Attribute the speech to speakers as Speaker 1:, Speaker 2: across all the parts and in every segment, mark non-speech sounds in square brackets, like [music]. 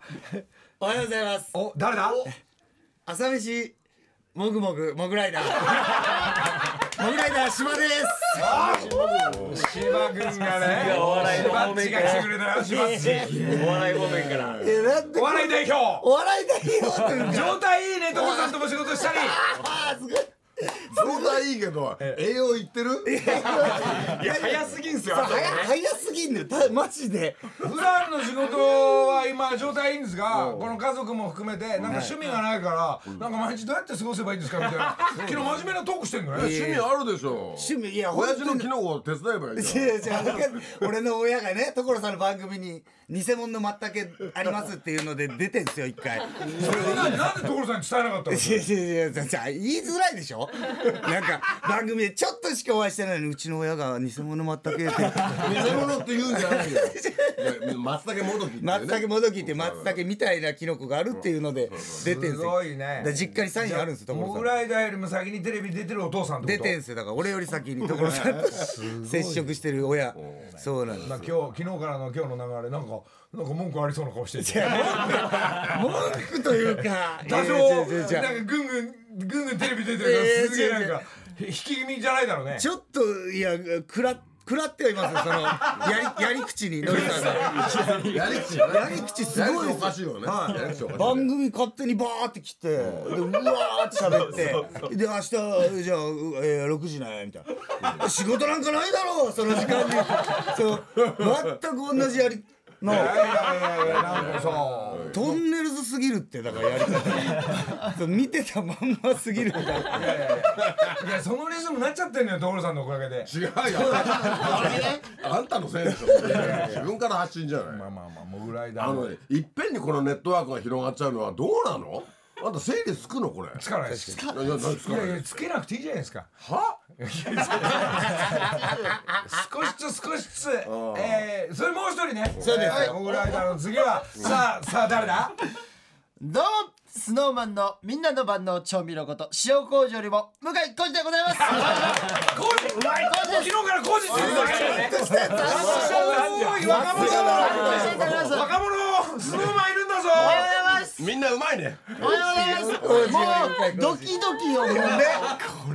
Speaker 1: おはようございます。
Speaker 2: お誰だ
Speaker 1: 朝飯もぐもぐモグライダー。モグライダー島です。
Speaker 2: 芝君がね
Speaker 3: お笑いの
Speaker 2: 芝
Speaker 3: 方
Speaker 2: っち
Speaker 3: 面
Speaker 2: が
Speaker 3: か
Speaker 2: 来て
Speaker 3: ら
Speaker 2: くれたよ芝っち
Speaker 3: お笑い方面か
Speaker 1: え
Speaker 3: ら
Speaker 1: なんで
Speaker 2: お笑い代表
Speaker 1: お笑いだよっていうか。
Speaker 3: [laughs]
Speaker 2: 状態いいね所さんとも仕事したり
Speaker 1: あーすごい。
Speaker 4: 状態いいいけど栄養いってる
Speaker 3: いや早すぎんすよ。
Speaker 1: 早早すぎんのよたマジで
Speaker 2: 普段の仕事は今状態いいんですがこの家族も含めてなんか趣味がないからなんか毎日どうやって過ごせばいいんですかみたいな昨日真面目なトークしてんのね
Speaker 4: 趣味あるでしょ
Speaker 1: 趣味いや
Speaker 4: 親
Speaker 1: 本
Speaker 4: 父
Speaker 1: 当
Speaker 4: の
Speaker 1: に
Speaker 4: キノコを手伝えばいいじゃん
Speaker 1: 違う違う俺の親がね所さんの番組に偽物のまったけありますっていうので出てんすよ一回
Speaker 2: それなんでなんで所さんに伝え
Speaker 1: [laughs]
Speaker 2: なかった
Speaker 1: い
Speaker 2: の
Speaker 1: やいやいやいやじゃあ言いづらいでしょなんか番組でちょっとしかお会いしてないのにうちの親が偽物まったけって
Speaker 4: 偽物って言うんじゃないよいや松茸もどきっていうね
Speaker 1: 松茸もどきって松茸みたいなキノコがあるっていうので出てんす
Speaker 2: す
Speaker 1: よ
Speaker 2: ごいね
Speaker 1: だから実家にサインあるんですよ
Speaker 2: モグ
Speaker 1: 所さん
Speaker 2: ライダーよりも先にテレビ出てるお父さんって
Speaker 1: 出
Speaker 2: こと
Speaker 1: てんすよだから俺より先に所さんと [laughs] 接触してる親そうなんです
Speaker 2: まあ今日昨日からの今日の流れなんかなんか文句ありそうな顔してて [laughs]
Speaker 1: 文句という [laughs] か
Speaker 2: 多少
Speaker 1: いややい
Speaker 2: ない
Speaker 1: やいや
Speaker 2: んかぐんぐんぐんぐんテレビ出てる
Speaker 1: いやい
Speaker 2: か
Speaker 1: や
Speaker 2: らすげえなん
Speaker 1: いやい
Speaker 2: か引き気味じゃないだろうね
Speaker 1: ちょっといやくらくらってはいますよそのやりやり口にのりさんが
Speaker 4: やり口
Speaker 1: やり口す
Speaker 4: やり
Speaker 1: ごい
Speaker 4: 口お
Speaker 1: です
Speaker 4: かしいよねやり口おかしいよね
Speaker 1: 番組勝手にバーって来て、でうわーって喋
Speaker 4: [laughs]
Speaker 1: って、で、明日、じゃあ、うえー、6時ね、みたいな。仕事なんかないだろう、その時間に。そう、全く同じやり、の、
Speaker 2: いやいやいやいやなんかさ
Speaker 1: [laughs] トンネルズすぎるって、だからやり方。そう見てたまんますぎるみたいな。
Speaker 2: いやそのリズムになっちゃってんのよ所さんのおかげ
Speaker 1: [laughs]
Speaker 2: で
Speaker 4: 違うよあれねあんたのせいでしょ自分から発信じゃない
Speaker 2: まあまあまあモグライダ
Speaker 4: あ
Speaker 2: ー
Speaker 4: の
Speaker 2: の
Speaker 4: ねいっぺんにこのネットワークが広がっちゃうのはどうなのあんた整理つくのこれ
Speaker 2: つかないですけど
Speaker 4: いやいや何つ
Speaker 2: い
Speaker 4: か
Speaker 2: や
Speaker 4: ないい
Speaker 2: やつけなくていいじゃないですか
Speaker 4: は
Speaker 2: 少しずつ少しずつえーそれもう一人ねそう
Speaker 1: ですよ
Speaker 2: モグライダーの次はさあさあ誰だ
Speaker 5: どうもスノーマンのみんなの万能調味料こと塩麹よりも向井浩二でござい [laughs] ます
Speaker 2: コージうまい昨日からコージって言ってたおい若者若者スノーマンいるんだぞ
Speaker 5: おはようございます
Speaker 4: みんなうまいね
Speaker 5: おはようございますもうドキドキよもうね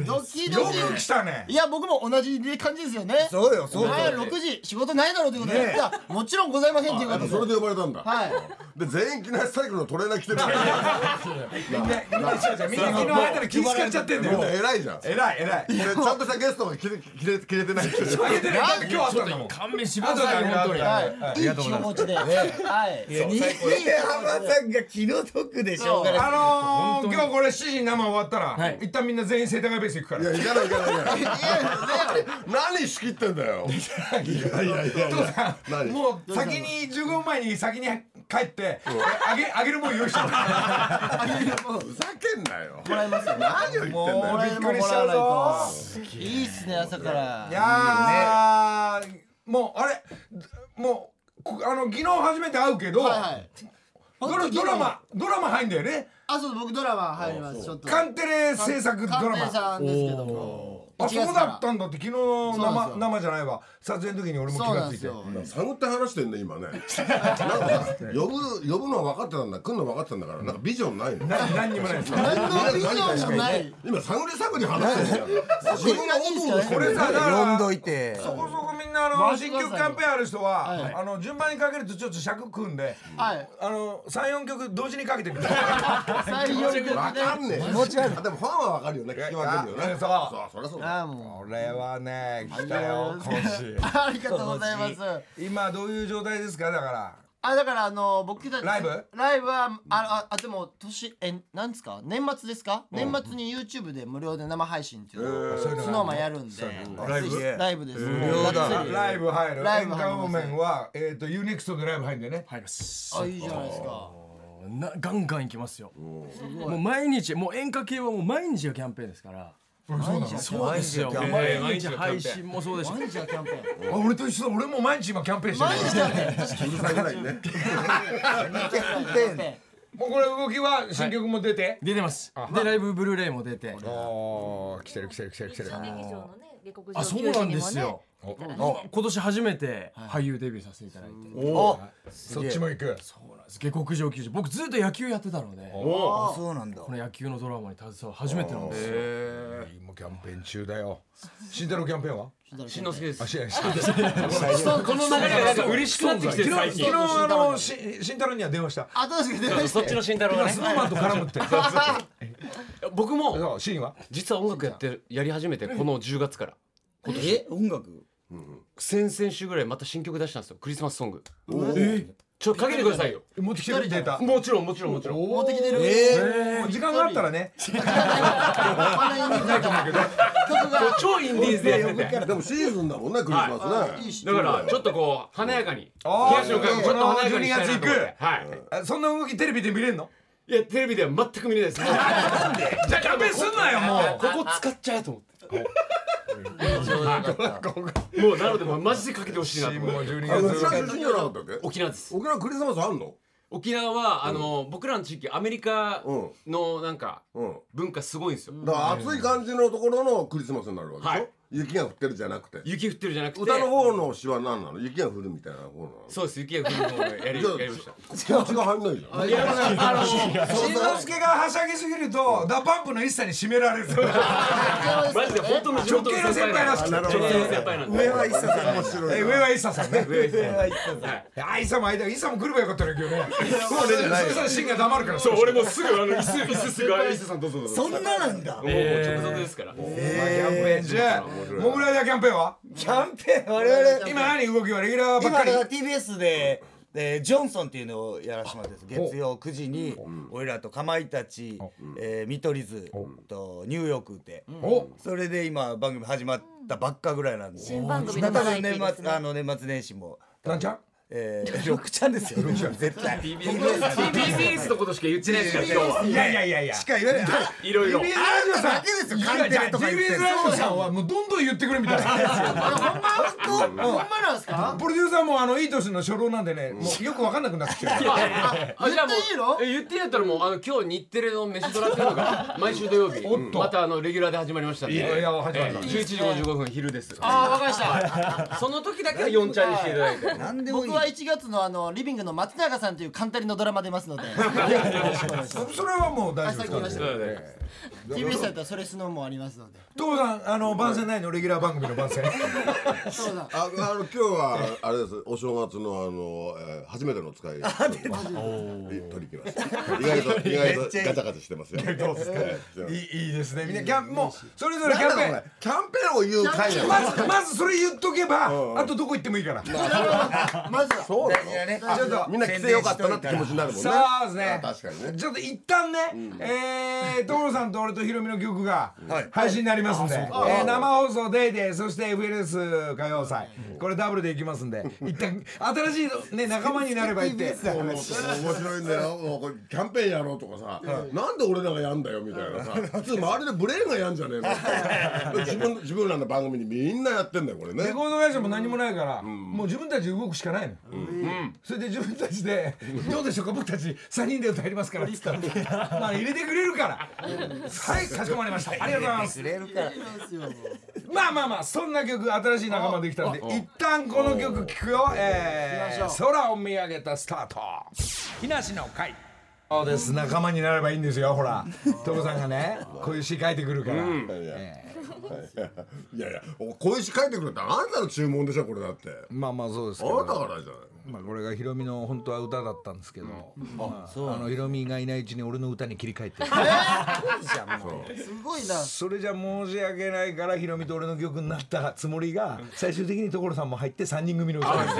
Speaker 5: ドキド
Speaker 2: よく
Speaker 5: キ
Speaker 2: 来たね
Speaker 5: いや僕も同じ感じですよね
Speaker 1: そうよ、そうよ。
Speaker 5: はい6時仕事ないだろうということでいやもちろんございませんという
Speaker 4: あ
Speaker 5: こと
Speaker 4: の
Speaker 5: で
Speaker 4: それで呼ばれたんだ
Speaker 5: はい
Speaker 4: で全員機内スタイルのトレーナー着てるから
Speaker 2: みんな昨日会えたら気使っちゃってんだ
Speaker 4: みんな
Speaker 2: よ
Speaker 4: 偉いじゃんで
Speaker 2: 偉い偉い
Speaker 4: ちゃんとしたゲストが着れ着れ着れてないっていう
Speaker 2: あげてねだって今日あったんだもん
Speaker 6: 勘弁し
Speaker 2: あとであげる後であげる
Speaker 5: はい、いい気持ちで、はい、
Speaker 1: 新浜さんが気の毒でしょうがない。
Speaker 2: あのー、今日これ7時生終わったら、一旦みんな全員世田谷ベース行くから。
Speaker 4: いや行かない行かない行かない何仕切ってんだよいやいやいやいや何
Speaker 2: もう先に15分前に先に帰って、あげあげるもん用意してる。
Speaker 4: ふざけんなよ
Speaker 5: もらいますよね。
Speaker 4: 何を言ってんだよ
Speaker 2: もうびっくりしちゃうぞ。
Speaker 5: いいっすね、朝から。
Speaker 2: いやー、もうあれ、もうこあの昨日初めて会うけど、
Speaker 5: はいはい。
Speaker 2: ドラドラマドラマ入んだよね。
Speaker 5: あ、そう、僕ドラマ入ります。ちょっと。
Speaker 2: カンテレ制作ドラ
Speaker 5: 官邸
Speaker 2: マ。
Speaker 5: さんですけども。
Speaker 2: あ
Speaker 5: 1
Speaker 2: そ
Speaker 5: 月
Speaker 2: う
Speaker 5: か
Speaker 2: だ
Speaker 5: ら
Speaker 2: ったんだって昨日
Speaker 5: そうなん
Speaker 2: 生
Speaker 5: ですよ
Speaker 2: 生じゃないわ撮影の時に俺も気
Speaker 5: そうな
Speaker 2: がつ
Speaker 5: んで
Speaker 2: い
Speaker 5: す
Speaker 2: て
Speaker 5: よ。
Speaker 4: 探って話してんね今ねなんか呼ぶ呼ぶのは分かってたんだ来るのは分かってたんだからなんかビジョンないの
Speaker 2: な何にもないです
Speaker 5: 何のビジョンもない。
Speaker 4: 今探り探り話してるじゃん自分が思うことして
Speaker 2: これ
Speaker 4: る
Speaker 2: さだから
Speaker 1: 呼んどいて。
Speaker 2: そこそこみんなあの新曲キャンペーンある人は、あの順番にかけるとちょっと尺組んで、
Speaker 5: はい。
Speaker 2: あの三四曲同時にかけてみたい [laughs]
Speaker 5: 最強力
Speaker 4: 分かんねえ気持ち悪いでもファンは分かるよね聞き分けるよね
Speaker 2: いや
Speaker 4: そう
Speaker 2: そ
Speaker 4: そりゃそうだ
Speaker 5: あ、も
Speaker 2: これはね来た
Speaker 5: よ
Speaker 2: よ今週
Speaker 5: う。 [laughs] ありがとうございます。
Speaker 2: 今どういう状態ですかだから
Speaker 5: あ、だから、あの、僕たち。
Speaker 2: ライブ
Speaker 5: ライブは、あ、あ、あでも、年、え、なんですか年末ですか年末に YouTube で無料で生配信っていうのを、
Speaker 2: そういうのが
Speaker 5: スノーマンやるんで。ライブライブです。無料
Speaker 2: ラライブ入る
Speaker 5: ライ
Speaker 2: エン
Speaker 5: ブ入ります
Speaker 2: タウンメンはえっ、とユーネクストでライブ入るんでね
Speaker 6: 入ります
Speaker 5: あ、いいじゃないですか。
Speaker 6: なガンガン行きますよもう毎日もう演歌系はもう毎日がキャンペーンですからそうですよ毎日配信もそうですし
Speaker 5: 毎日はキャンペーン。
Speaker 2: あ俺と一緒だ俺も毎日今キャンペーンして
Speaker 5: 毎
Speaker 2: る
Speaker 5: 日はね、確か
Speaker 4: うるさいぐらいね
Speaker 5: にね。
Speaker 2: [laughs] もうこれ動きは新曲も出て、
Speaker 6: 出てますでライブブルーレイも出て
Speaker 2: おー来てる来てる来てる来てる
Speaker 7: 劇場のね、下克上
Speaker 6: あそうなんです
Speaker 7: 球児に
Speaker 6: よ
Speaker 7: もね。
Speaker 6: あ今年初めて俳優デビューさせていただいて
Speaker 2: そっちも行く
Speaker 6: そうなんです下克上球児僕ずっと野球やってたのでこ
Speaker 1: あそうなんだ。
Speaker 6: の野球のドラマに携わる初めてなんですよ
Speaker 2: 今キャンペーン中だよ慎太郎キャンペーンは [laughs]
Speaker 5: しんのすけです。
Speaker 2: あしし
Speaker 5: この流れがなんか
Speaker 6: 嬉しくなってきてる最近
Speaker 2: 昨日あのし慎太郎には電話した
Speaker 5: 新しく出ました。
Speaker 6: ちの慎太郎がね
Speaker 2: [laughs] スノーマンと絡むって。
Speaker 3: 僕も
Speaker 2: そうシーンは
Speaker 3: 実は音楽やってやり始めてこの10月から
Speaker 1: え音楽
Speaker 3: 先々週ぐらいまた新曲出したんですよクリスマスソングちょっとかけてくださいよ
Speaker 2: 持ってきてるデータ
Speaker 3: もちろんもちろんもちろん
Speaker 5: 持ってきてる
Speaker 2: もう時間があったらね
Speaker 5: こんなに人数だと思うけど曲が
Speaker 3: 超インディーズでやってて
Speaker 4: でもシーズンだもんねクリスマスね
Speaker 5: いいし
Speaker 3: だからちょっとこう華やかに
Speaker 2: あー
Speaker 3: 東野からもちょっと華やかにしたいなと思っ
Speaker 2: 12
Speaker 3: てはい
Speaker 2: あそんな動きテレビで見れんの
Speaker 3: いやテレビでは全く見れないですなんで
Speaker 2: じゃあキャンペーンすんなよもう
Speaker 3: ここ使っちゃえと思ってもうなのでもうマジでかけてほしいなと思って
Speaker 2: 12
Speaker 4: あの沖縄
Speaker 2: 月
Speaker 4: 出身じゃなかったっけ
Speaker 3: 沖縄です
Speaker 4: 沖縄クリスマスあんの
Speaker 3: 沖縄はあの僕らの地域アメリカのなんか
Speaker 4: うん
Speaker 3: 文化すごいんですよ
Speaker 4: だから暑い感じのところのクリスマスになるわけでしょ、
Speaker 3: はい
Speaker 4: 雪が降ってるじゃなくて
Speaker 3: 雪降ってるじゃなくて
Speaker 4: 歌の方の詩は何なの雪が降るみたいな方なの
Speaker 3: そうです雪が降る方のやり
Speaker 4: じゃ
Speaker 3: やりました
Speaker 4: あ気持ちが入んないじゃん
Speaker 3: いやあ
Speaker 2: しんのすけがはしゃぎすぎるとダパンプの一切に締められる
Speaker 3: のマジで本当の地元
Speaker 2: 直系の先輩らしくて
Speaker 3: 直系の先輩なんで
Speaker 1: 上は一切さん面白い
Speaker 2: え上はイッサさんね
Speaker 3: 上です
Speaker 2: はいあイッサも間イッサも来ればよかったのに今日ねそうねそしたらシンが黙るから
Speaker 3: そう俺もうすぐあの椅子椅子すぐあ伊勢さんどうぞどうぞ
Speaker 1: そんななんだ
Speaker 3: もうもう直属ですから
Speaker 2: キャンペーン中モグライダーキャンペーンは
Speaker 1: キャンペーン我々
Speaker 2: 今何動きはレギュラーば
Speaker 1: 今
Speaker 2: っか
Speaker 1: だか
Speaker 2: り
Speaker 1: ら TBS でえージョンソンっていうのをやらしてもらってます月曜9時に俺らとかまいたち、えー見取り図とニューヨークで
Speaker 2: お
Speaker 1: それで今番組始まったばっかぐらいなんで
Speaker 8: 新番組の
Speaker 1: ま
Speaker 8: バ
Speaker 1: た
Speaker 8: ラエティ
Speaker 1: 年
Speaker 8: ーです
Speaker 1: 末
Speaker 8: ね
Speaker 1: あの年末年始も
Speaker 2: なんちゃん
Speaker 8: [laughs]
Speaker 1: えー、六ちゃんですよ。絶対。
Speaker 3: TBS のことしか言ってないですから今日はい
Speaker 2: やいやいやいや
Speaker 1: しか言わない。
Speaker 3: いろいろ
Speaker 1: TBS ラジオさんだけですよ。カンペとか言って
Speaker 2: TBS ラジオさんはもうどんどん言ってくれみたいな
Speaker 5: ほんまなんですか
Speaker 2: プロデューサーもあのいい年の初老なんでねもうよくわかんなくなってきてる
Speaker 3: あじゃあもう
Speaker 5: 言っていいの
Speaker 3: え言っていいんやったらもうあの今日日テレの飯ドラっていうのが毎週土曜日
Speaker 2: おっと
Speaker 3: またあのレギュラーで始まりましたんで
Speaker 2: いやいや始まりました
Speaker 3: ええ11時55分昼です
Speaker 5: ああわかりました
Speaker 3: その時だけは4ちゃんにしていただいて
Speaker 1: なんでもい
Speaker 5: 僕
Speaker 1: い。
Speaker 5: は1月のあのリビングの松永さんというカンタリのドラマ出ますの [laughs] で
Speaker 2: それはもう大丈夫ですか
Speaker 5: TBS だったらそれスノーもありますので
Speaker 2: 父さんあの番宣ないのレギュラー番組の番
Speaker 1: [laughs]
Speaker 2: 宣
Speaker 5: そうだ
Speaker 4: ああの今日はあれですお正月のあの、えー初めてのお使いを取り切りました意外と意外とガチャガチャしてますよどうですか、えー
Speaker 2: いいいいですねみんなキャンもうそれぞれキ
Speaker 4: なん
Speaker 2: ャ
Speaker 4: だこ
Speaker 2: ンペーン
Speaker 4: れキャンペーンを言う会や
Speaker 2: まずまずそれ言っとけばあとどこ行ってもいいから
Speaker 5: まずは
Speaker 4: そうなの
Speaker 2: ちょっと
Speaker 4: みんな来てよかったなって気持ちになるもんね
Speaker 2: そうですね
Speaker 4: あ確かにね
Speaker 2: ちょっと一旦ね、えー、所さんと俺とヒロミの曲が
Speaker 1: はい
Speaker 2: 配信になりますんで、えー生放送デイデイ、そして FLS 歌謡祭、これダブルでいきますんで、一旦新しい、ね、仲間になればいいって。
Speaker 4: 面白いんだ [laughs] よもうこれキャンペーンやろうとかさ、なんで俺らがやんだよみたいなさ普通周りでブレーンがやんじゃねえの自分自分らの番組にみんなやってんだよこれね
Speaker 2: レコード会社も何もないから、もう自分たちで動くしかないの、それで自分たちで「どうでしょうか僕たち3人で歌いますから」っつったら「まあ入れてくれるから」はいかしこまりましたありがとうございます
Speaker 1: くれるから。
Speaker 2: まあまあまあそんな曲新しい仲間できたんで一旦この曲聴くよ、えー空を見上げたスタート日梨の会そうです仲間になればいいんですよほら所さんがねこういう詩書いてくるから、
Speaker 4: いやいやお小石書いてくれってあんたの注文でしょこれだってあ
Speaker 2: まあまあそうですけ
Speaker 4: なた
Speaker 2: ど、
Speaker 4: からじゃない
Speaker 2: まあ、これがヒロミの本当は歌だったんですけど、まあ、あのヒロミがいないうちに俺の歌に切り替えて
Speaker 5: すごいな
Speaker 2: それじゃ申し訳ないからヒロミと俺の曲になったつもりが最終的に所さんも入って3人組の歌です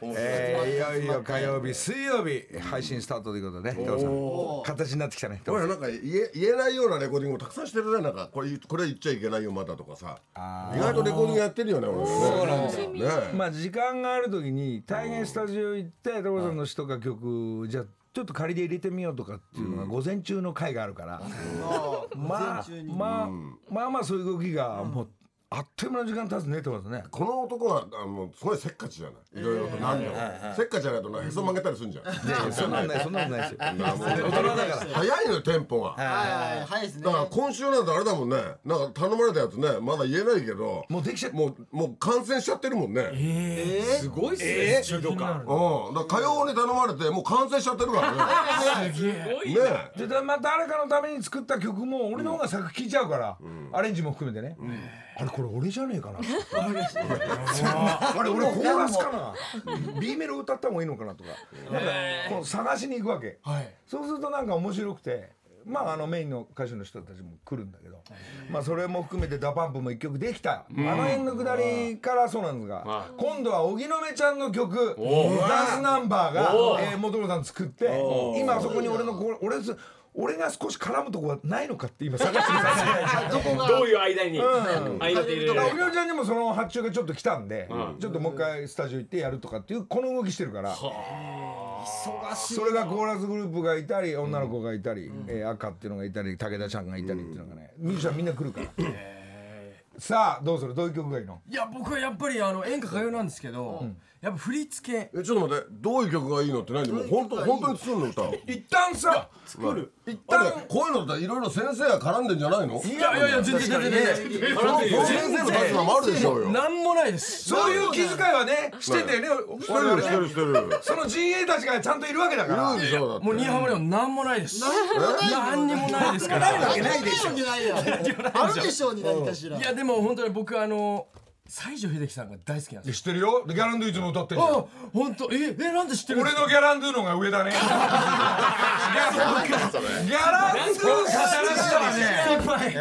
Speaker 2: えーいよいよ火曜日水曜日配信スタートということでね所さん形になってきたね
Speaker 4: お前なんか言え言えないようなレコーディングをたくさんしてるねなんかこれこれ言っちゃいけないよまだとかさ意外とレコーディングやってるよね俺そうなんだね
Speaker 2: まあ時間がある時に大変スタジオ行って所さんの詩とか曲じゃあちょっと仮で入れてみようとかっていうのが午前中の回があるから、まあまあまあまあそういう動きがもうあっという間の時間経つねってことですね。
Speaker 4: この男はあのすごいせっかちじゃないいろいろと何でもせっかちじゃないとなへそ曲げたりするんじゃん
Speaker 2: いやいやそんなことないそんなことない [laughs] ですよ。
Speaker 4: なもう早いのよテンポが
Speaker 5: はいはい早いですね
Speaker 4: だから今週なんてあれだもんねなんか頼まれたやつねまだ言えないけど
Speaker 2: もうできちゃっ
Speaker 4: もうもう感染しちゃってるもんね
Speaker 3: すごいっすね中毒感
Speaker 4: うんだから火曜に頼まれてもう完成しちゃってるからねねえ
Speaker 2: でだまあ誰かのために作った曲も俺の方が作聞いちゃうから、アレンジも含めてね、あれこれ俺じゃねえかなあれ俺コーラスかな B メロ歌った方がいいのかなとかなんかこう探しに行くわけ、そうするとなんか面白くてまああのメインの歌手の人たちも来るんだけど、まあそれも含めてダパンプも一曲できた、あの辺のくだりからそうなんですが、今度は荻野目ちゃんの曲ダンスナンバーが、えー、元野さん作って今そこに俺のこ俺す俺が少し絡むとこはないのかって今探してるんですよ
Speaker 5: どこが
Speaker 3: どういう間に合いの手入れ
Speaker 2: だ
Speaker 3: ら
Speaker 2: か
Speaker 3: れ
Speaker 2: ら荻
Speaker 3: る
Speaker 2: 野ちゃんにもその発注がちょっと来たんで、ちょっともう一回スタジオ行ってやるとかっていうこの動きしてるからそれがコーラスグループがいたり女の子がいたり、えー赤っていうのがいたり武田ちゃんがいたりっていうのがねミュージシャンみんな来るから。さあどうするどういう曲がいいの
Speaker 6: いや僕はやっぱりあの演歌歌謡なんですけど、やっぱ振り付け
Speaker 4: えちょっと待ってどういう曲がいいのって何もう本当本当に包んの歌を
Speaker 2: 一旦さ作る一
Speaker 4: だっ
Speaker 2: 旦
Speaker 4: てこういうのっていろいろ先生が絡んでんじゃないの
Speaker 6: いやいやいや全然全然全 [laughs] 然
Speaker 4: そういう先生の立場もあるでしょうよ
Speaker 6: なんもないです
Speaker 2: そういう気遣いはねしててね
Speaker 4: して
Speaker 2: 我
Speaker 4: る
Speaker 2: 々
Speaker 4: してる
Speaker 2: ね
Speaker 4: してるいる
Speaker 2: その陣営たちがちゃんといるわけだから
Speaker 4: でしょだって
Speaker 6: もう新浜レオンなんもないですなんにもないですか
Speaker 1: ないわ
Speaker 6: ら
Speaker 1: けないでしょ
Speaker 5: ないよあるでしょうに何かしら
Speaker 6: いやでも本当に僕あの西城秀樹さんが大好きなんですよ
Speaker 2: 知ってるよギャランドゥいつも歌ってる
Speaker 6: あ本当ええなんで知ってるんで
Speaker 2: 俺
Speaker 6: す
Speaker 2: の
Speaker 6: か
Speaker 2: ギャランドゥのが上だね。ギャランドゥさんでしたらね。
Speaker 6: 先輩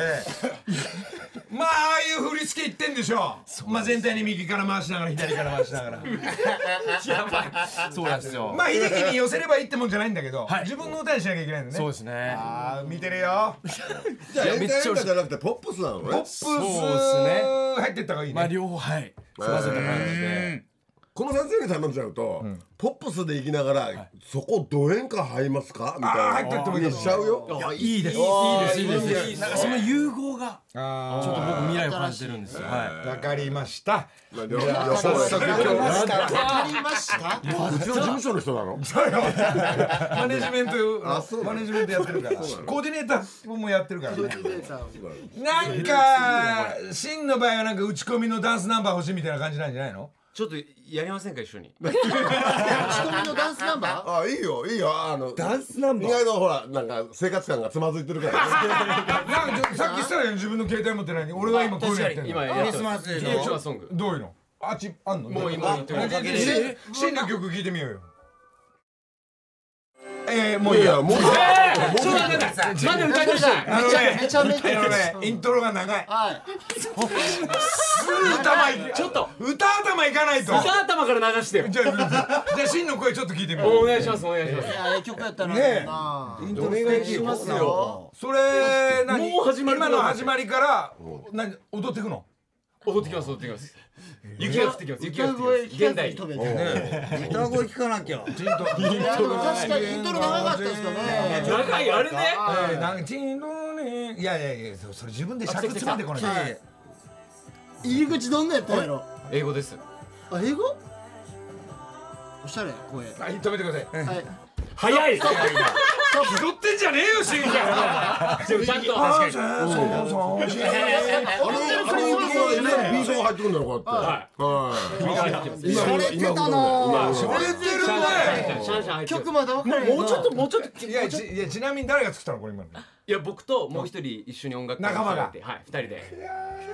Speaker 2: まあああいう振り付け言ってんでしょ。まあ全体に右から回しながら左から回しなが
Speaker 6: [laughs]
Speaker 2: ら。
Speaker 6: そうなんですよ
Speaker 2: まあ秀樹に寄せればいいってもんじゃないんだけど、
Speaker 6: い
Speaker 2: 自分の歌にしなきゃいけないんだね。
Speaker 6: そうですね
Speaker 2: ああ見てるよ。
Speaker 4: じゃあ
Speaker 6: め
Speaker 4: 演
Speaker 6: っち
Speaker 4: 歌演
Speaker 6: ゃ
Speaker 4: 歌じゃなくてポップスなの
Speaker 2: ポッ
Speaker 4: ね
Speaker 2: プス
Speaker 6: そうですね
Speaker 2: 入ってった方がいい
Speaker 6: まあ
Speaker 2: ね。
Speaker 6: 両方はいすいませんって感じで
Speaker 4: この先生に頼んじゃうとポップスで行きながらそこド演歌入りますかみ
Speaker 2: あ
Speaker 4: た
Speaker 2: あ入
Speaker 4: い
Speaker 2: って
Speaker 4: な
Speaker 2: ってもいい
Speaker 4: にしちゃうよ
Speaker 6: いやいいですいいですいいですなんかその融合がちょっと僕未来を感じてるんですよはい
Speaker 2: わかりました。
Speaker 4: よよそよ
Speaker 2: 早速今日
Speaker 5: わかりました
Speaker 4: うちの事務所の人なの
Speaker 2: マネジメン
Speaker 4: あそ
Speaker 2: ト
Speaker 4: う
Speaker 2: マネジメントやってるから、コーディネーターもやってるからね。なんか、シンの場合はなんか打ち込みのダンスナンバー欲しいみたいな感じなんじゃないの
Speaker 3: ちょっとやりませんか一緒に
Speaker 5: 仕込みのダンスナンバ
Speaker 4: あいいよいいよあの
Speaker 1: ダンスナン
Speaker 4: 意
Speaker 1: バ
Speaker 4: 外とほらなんか生活感がつまずいてるからね
Speaker 2: なんかさっきしたら自分の携帯持ってないのに、俺は今こういうのやってる
Speaker 3: 今
Speaker 2: の。
Speaker 3: やってます
Speaker 1: スでし
Speaker 3: リアクションソング
Speaker 2: どういうのあっち、あんの
Speaker 3: もう今言ってる
Speaker 2: シンの曲聞いてみようよ。えー、も
Speaker 4: も
Speaker 2: う
Speaker 4: う
Speaker 2: い
Speaker 4: い
Speaker 2: い
Speaker 4: い
Speaker 2: や。
Speaker 4: やもういい
Speaker 3: そうなんだまだ歌いました
Speaker 2: あの
Speaker 5: ーめ
Speaker 2: ね、
Speaker 5: ちゃめち
Speaker 2: あの
Speaker 5: ゃ
Speaker 2: ね、イントロが長い。
Speaker 5: はい
Speaker 2: すぐ歌まい、
Speaker 3: ちょっと
Speaker 2: 歌頭いかないと。
Speaker 3: 歌頭から流してよ
Speaker 2: じゃあ、じゃあ、シンの声ちょっと聞いてみよう
Speaker 3: お。願いしますお願いします
Speaker 5: いやええ曲やったら
Speaker 2: ねえ
Speaker 5: いいな
Speaker 2: イントロお願いしますよそれ何
Speaker 3: もう始まる
Speaker 2: 今の始まりから何踊ってくの
Speaker 3: 踊ってきます踊ってきます雪が降ってきます雪が降ってきます現代
Speaker 5: 飛べて
Speaker 1: 歌声聞かなきゃ
Speaker 5: 確かにイントロ長かったですかね
Speaker 3: 長いあれね
Speaker 2: えーなんかチンドーンいやいやいやそそれ自分で尺詰めてこない
Speaker 1: はい
Speaker 5: 入り口どんなやったんやろ
Speaker 3: 英語です
Speaker 5: あ英語おしゃれ声は
Speaker 2: はい止めてください
Speaker 5: い
Speaker 3: 早い
Speaker 2: 気取ってんじゃねえよシン
Speaker 3: ちゃんと
Speaker 2: あーそうそうそう
Speaker 4: あのあの男が今ビーソン入ってくんだよこうやってはい今
Speaker 1: れてたな
Speaker 4: 今
Speaker 2: それてるね
Speaker 3: シャンシャン入ってます
Speaker 5: 曲まだわからへんもうちょっともうちょっと
Speaker 2: いやちいやちなみに誰が作ったのこれ今の
Speaker 3: いや僕ともう一人一緒に音楽家
Speaker 2: 仲間が
Speaker 3: やってはい二人で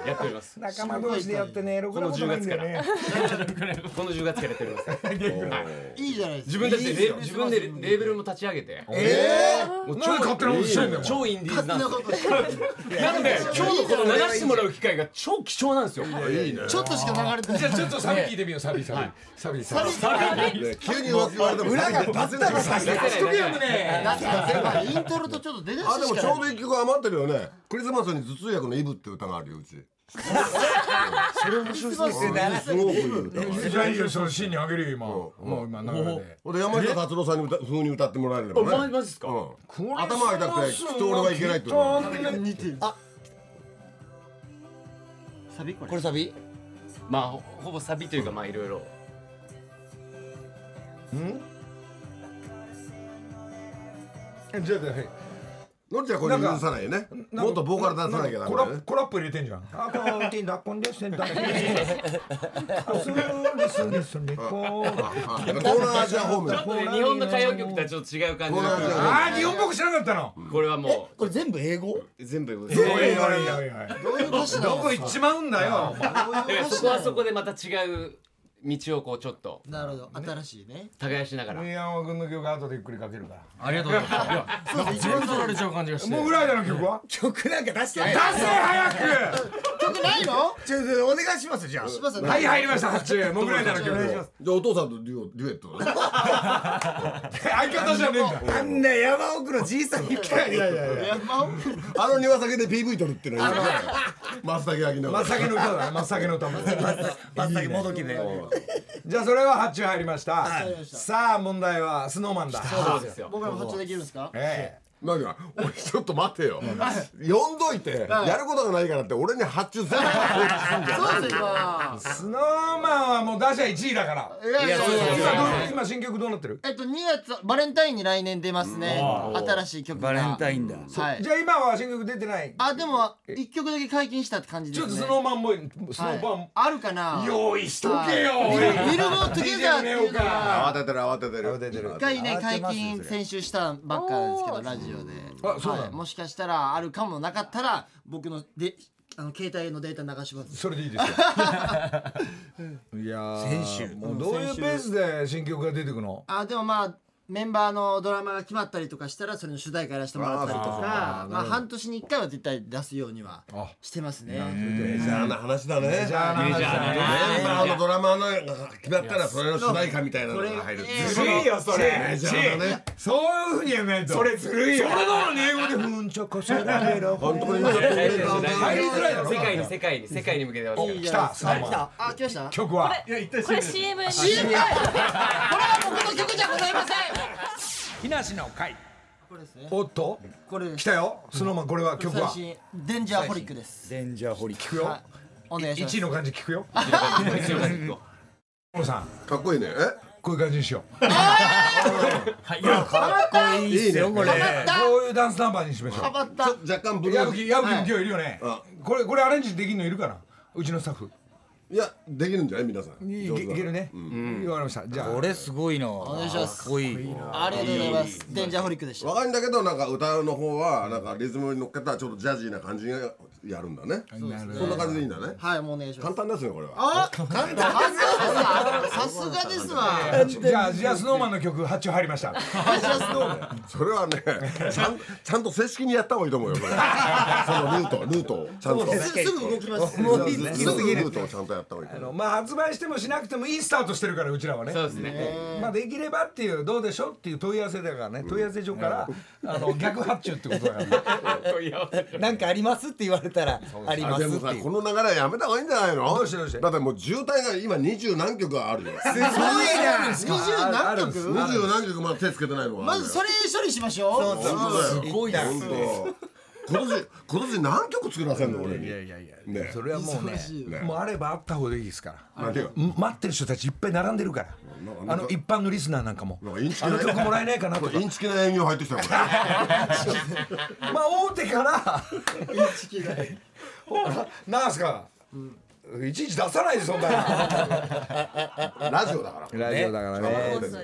Speaker 3: やっており [laughs] ます
Speaker 2: 仲間同士でやってねろ
Speaker 3: この10月からこの10月からやっており [laughs] ます
Speaker 5: いいじゃないで
Speaker 3: 自
Speaker 5: すか
Speaker 3: 分たちでレ自分でレーベルも立ち上げてもう超
Speaker 2: 何勝手なことしてんだよお前
Speaker 3: 超インディーズなんですよ
Speaker 5: そんなことして
Speaker 3: なので今日のこの流してもらう機会が超貴重なんですよ
Speaker 4: いいね
Speaker 5: ちょっとしか流れてない
Speaker 2: じゃあちょっとサビ聞いてみようサビサビサビサビ
Speaker 4: ね急に言われても
Speaker 1: 裏がバッタバタしてる
Speaker 2: 一ゲームね
Speaker 5: なんかイントロとちょっと出だ
Speaker 4: あで
Speaker 5: し
Speaker 4: も
Speaker 5: し
Speaker 4: ち
Speaker 5: か
Speaker 4: ょう
Speaker 5: な
Speaker 4: ど
Speaker 5: い
Speaker 4: 一曲余ってるよねクリスマスに頭痛薬のイブって歌があるようち
Speaker 5: すご
Speaker 4: すごく
Speaker 5: い
Speaker 4: いい歌がある
Speaker 2: じゃあいいよそのシーンにあげるよ今もう今流れで
Speaker 4: ほんで山下達郎さんに歌風に歌ってもらえればね
Speaker 3: マジマジっすか
Speaker 4: うん頭が痛くて聞くと俺はいけないってこと
Speaker 2: そんな
Speaker 5: 似てるあサビこれ
Speaker 1: これサビ
Speaker 3: まあほほぼサビというかまあいろいろ
Speaker 2: じゃあはい
Speaker 4: のりちゃんこれ許さないよね
Speaker 2: なん
Speaker 4: もっ
Speaker 2: か
Speaker 4: とボーカル出さなきゃダメ
Speaker 2: コ
Speaker 4: だ
Speaker 2: ラ
Speaker 4: よね
Speaker 2: ッコラップ入れてんじゃん。あ、こう、ティンダコンデステンダコンデステンダ。そうですね、こう。
Speaker 4: あ東南アジア方面
Speaker 3: ちょっとね日本の歌謡曲とはちょっと違う感じ
Speaker 4: 東南アジア方
Speaker 3: の
Speaker 4: 面
Speaker 2: あー、日本っぽく知らなかったの。
Speaker 3: これはも
Speaker 1: これ全部英語
Speaker 3: う全部英語で
Speaker 2: お
Speaker 3: す
Speaker 2: いおいおいおい
Speaker 5: どういう歌詞な
Speaker 2: ど
Speaker 5: の
Speaker 2: こ行っちまうんだよ。
Speaker 3: だからそこはそこでまた違う道をこうちょっと
Speaker 5: なるほど新しいね
Speaker 3: 耕しながら
Speaker 2: 新山君の曲後でゆっくりかけるから
Speaker 6: ありがとうございま
Speaker 2: [laughs]
Speaker 6: すいやなんか自分取られちゃう感じがして
Speaker 2: モグライダーの曲は
Speaker 1: 曲なんか出してない
Speaker 2: 出せ早く
Speaker 5: 曲ないの
Speaker 1: ちょっとお願いしますじゃあ
Speaker 5: 柴田さん
Speaker 2: はい入りました発注モグライダーの曲
Speaker 4: じゃあお父さんとデュオデュエットだね
Speaker 2: 相方じゃねえんだ
Speaker 1: あんな山奥のじいさん
Speaker 4: [laughs]
Speaker 1: みたいに
Speaker 5: 山を
Speaker 4: あの庭先で PV 撮るっていうのはマスタケ焼きの
Speaker 2: 真っ先の歌だね真っ先の歌も
Speaker 1: 真っ先もどきで
Speaker 2: じゃあそれは発注入りましたさあ問題はスノーマンだ
Speaker 3: そうですよ
Speaker 5: 僕らも発注できるんですか
Speaker 2: え
Speaker 4: 何が俺ちょっと待てよ呼んどいてやることがないからって俺に発注全部
Speaker 1: [laughs]
Speaker 5: そうですよ今
Speaker 2: えスノーマンはもう打者1位だから
Speaker 5: いやいやいやいや
Speaker 2: 今どう今新曲どうなってる
Speaker 5: えっと2月バレンタインに来年出ますね新しい曲が
Speaker 1: バレンタイ
Speaker 5: ン
Speaker 1: ンだ
Speaker 5: はい
Speaker 2: じゃあ今は新曲出てない
Speaker 5: あでも一曲だけ解禁したって感じで
Speaker 2: ち
Speaker 5: す
Speaker 2: ょっ
Speaker 5: ね
Speaker 2: とスノーマンもスノ
Speaker 5: は
Speaker 2: ーマ
Speaker 5: いあるかな
Speaker 2: ン用意しとけよ
Speaker 5: はい
Speaker 2: 俺
Speaker 5: ビルボードトゥゲザーっていうの
Speaker 4: 慌
Speaker 5: が
Speaker 4: ててる慌ててる
Speaker 2: 慌ててる
Speaker 5: 一回ね
Speaker 1: 慌て
Speaker 5: 解
Speaker 1: ますよ
Speaker 5: 禁
Speaker 1: それ
Speaker 5: 先週したばっかなんですけどラジオで
Speaker 2: あそうなの
Speaker 5: はいもしかしたらあるかもなかったら僕のであの携帯のデータ流します
Speaker 2: それでいいです
Speaker 5: [laughs]
Speaker 2: よいやー
Speaker 1: 先週
Speaker 2: もうどういうペースで新曲が出てくの
Speaker 5: あでもまあメンバーのドラマが決まったりとかしたらそれの主題歌やらせてもらったりとかまあ半年に1回は絶対出すようにはしてます
Speaker 4: メ
Speaker 5: ね
Speaker 4: ジャーな話だねメジャーな
Speaker 2: 話だね
Speaker 4: メンバーのドラマの決まったらそれの主題歌みたいなのが入る
Speaker 5: これ
Speaker 4: ず
Speaker 2: ずるいよそれ
Speaker 4: メジャーだね
Speaker 2: そういうふうにやめないとそれずるいよそれなのに英語で「ふんちょこせられろ」
Speaker 4: 本当に今だって俺が
Speaker 2: 入りづらいだろ
Speaker 3: 世界に世界に世界に向けてますから
Speaker 2: 来たスノーマン
Speaker 5: あ来ました
Speaker 2: 曲は
Speaker 7: これ CM に
Speaker 2: 木梨の会
Speaker 5: これですね
Speaker 2: おっと
Speaker 5: これで
Speaker 2: 来
Speaker 5: す
Speaker 2: たよスノーマンこれは曲
Speaker 5: 最
Speaker 2: は
Speaker 5: 新デンジャーホリックです
Speaker 1: デンジャーホリック
Speaker 2: 聞くよ
Speaker 5: お願いします
Speaker 2: 1位の感じ聞くよ小野さん
Speaker 4: かっこいいね
Speaker 2: こういう感じにしよう
Speaker 1: かっこいいっすよこれ
Speaker 2: こういうダンスナンバーにしましょう
Speaker 5: ハマった
Speaker 4: え若干ブル
Speaker 2: 矢吹
Speaker 4: ー
Speaker 2: 矢吹も今日いるよね
Speaker 4: は
Speaker 2: これこれアレンジできるのいるかなうちのスタッフ
Speaker 4: いやできるんじゃない皆さん
Speaker 2: いい
Speaker 4: 上手だ
Speaker 2: けるねわかりましたじゃあ
Speaker 1: これすごいな
Speaker 5: 願いします
Speaker 1: かっこいい
Speaker 5: ありがとうございますデンジャーホリックでした
Speaker 4: 若いんだけどなんか歌うの方はなんかリズムに乗っけたちょっとジャジーな感じがやるんだね
Speaker 2: なる
Speaker 4: そんな感じでいいんだね
Speaker 5: はいもうお願いします
Speaker 4: 簡単ですよこれは
Speaker 5: あ簡単さすがですわ
Speaker 2: じゃあじゃあスノーマンの曲発注入りました
Speaker 4: それはねちゃんちゃんと正式にやった方がいいと思うよこれそのルートルートをちゃんと
Speaker 5: すすぐ動きます
Speaker 1: もうい
Speaker 4: ル
Speaker 1: い
Speaker 4: ー
Speaker 1: 好
Speaker 4: ト
Speaker 1: きすぎる
Speaker 4: ルートをちゃんとやった方がいい
Speaker 2: あのまあ発売してもしなくてもいいスタートしてるからうちらはね
Speaker 3: そうですね
Speaker 2: まあできればっていうどうでしょうっていう問い合わせだからね問い合わせ所からあの逆発注ってことだからね
Speaker 1: なんかありますって言われたらあり
Speaker 4: あ
Speaker 1: ます
Speaker 4: で
Speaker 1: って
Speaker 4: もさ
Speaker 1: いう
Speaker 4: この流れはやめた方がいいんじゃないの
Speaker 2: どうしてどうして
Speaker 4: だってもう渋滞が今二十何曲あるよ
Speaker 5: 二十
Speaker 2: ある
Speaker 5: 何
Speaker 2: んです
Speaker 5: 曲
Speaker 4: 二十何曲まで手つけてないのがあ
Speaker 5: ま
Speaker 4: るん
Speaker 5: ず
Speaker 4: だ
Speaker 5: そ
Speaker 4: よ
Speaker 5: れ処理しましょう
Speaker 1: そうそう
Speaker 4: 本当だよ
Speaker 1: すごいな
Speaker 4: 本当今年今年何曲作らせんの俺に
Speaker 2: いやいや
Speaker 4: ね
Speaker 2: それはもうね
Speaker 4: ね
Speaker 2: もうあればあった方がいいですから
Speaker 4: なんていうか
Speaker 2: 待ってる人たちいっぱい並んでるから
Speaker 4: なんか
Speaker 2: あの一般のリスナーなんかも
Speaker 4: なんかインチ
Speaker 2: あ
Speaker 4: キな
Speaker 2: の曲もらえないかなと
Speaker 4: こ
Speaker 2: か
Speaker 4: れインチキな営業入ってきたよこれ
Speaker 2: [laughs] まあ大手から [laughs] ほらなんすかいちいち出さないでそんな
Speaker 4: ラジオだから。
Speaker 2: [laughs] ラジオだからね
Speaker 7: 放送ですね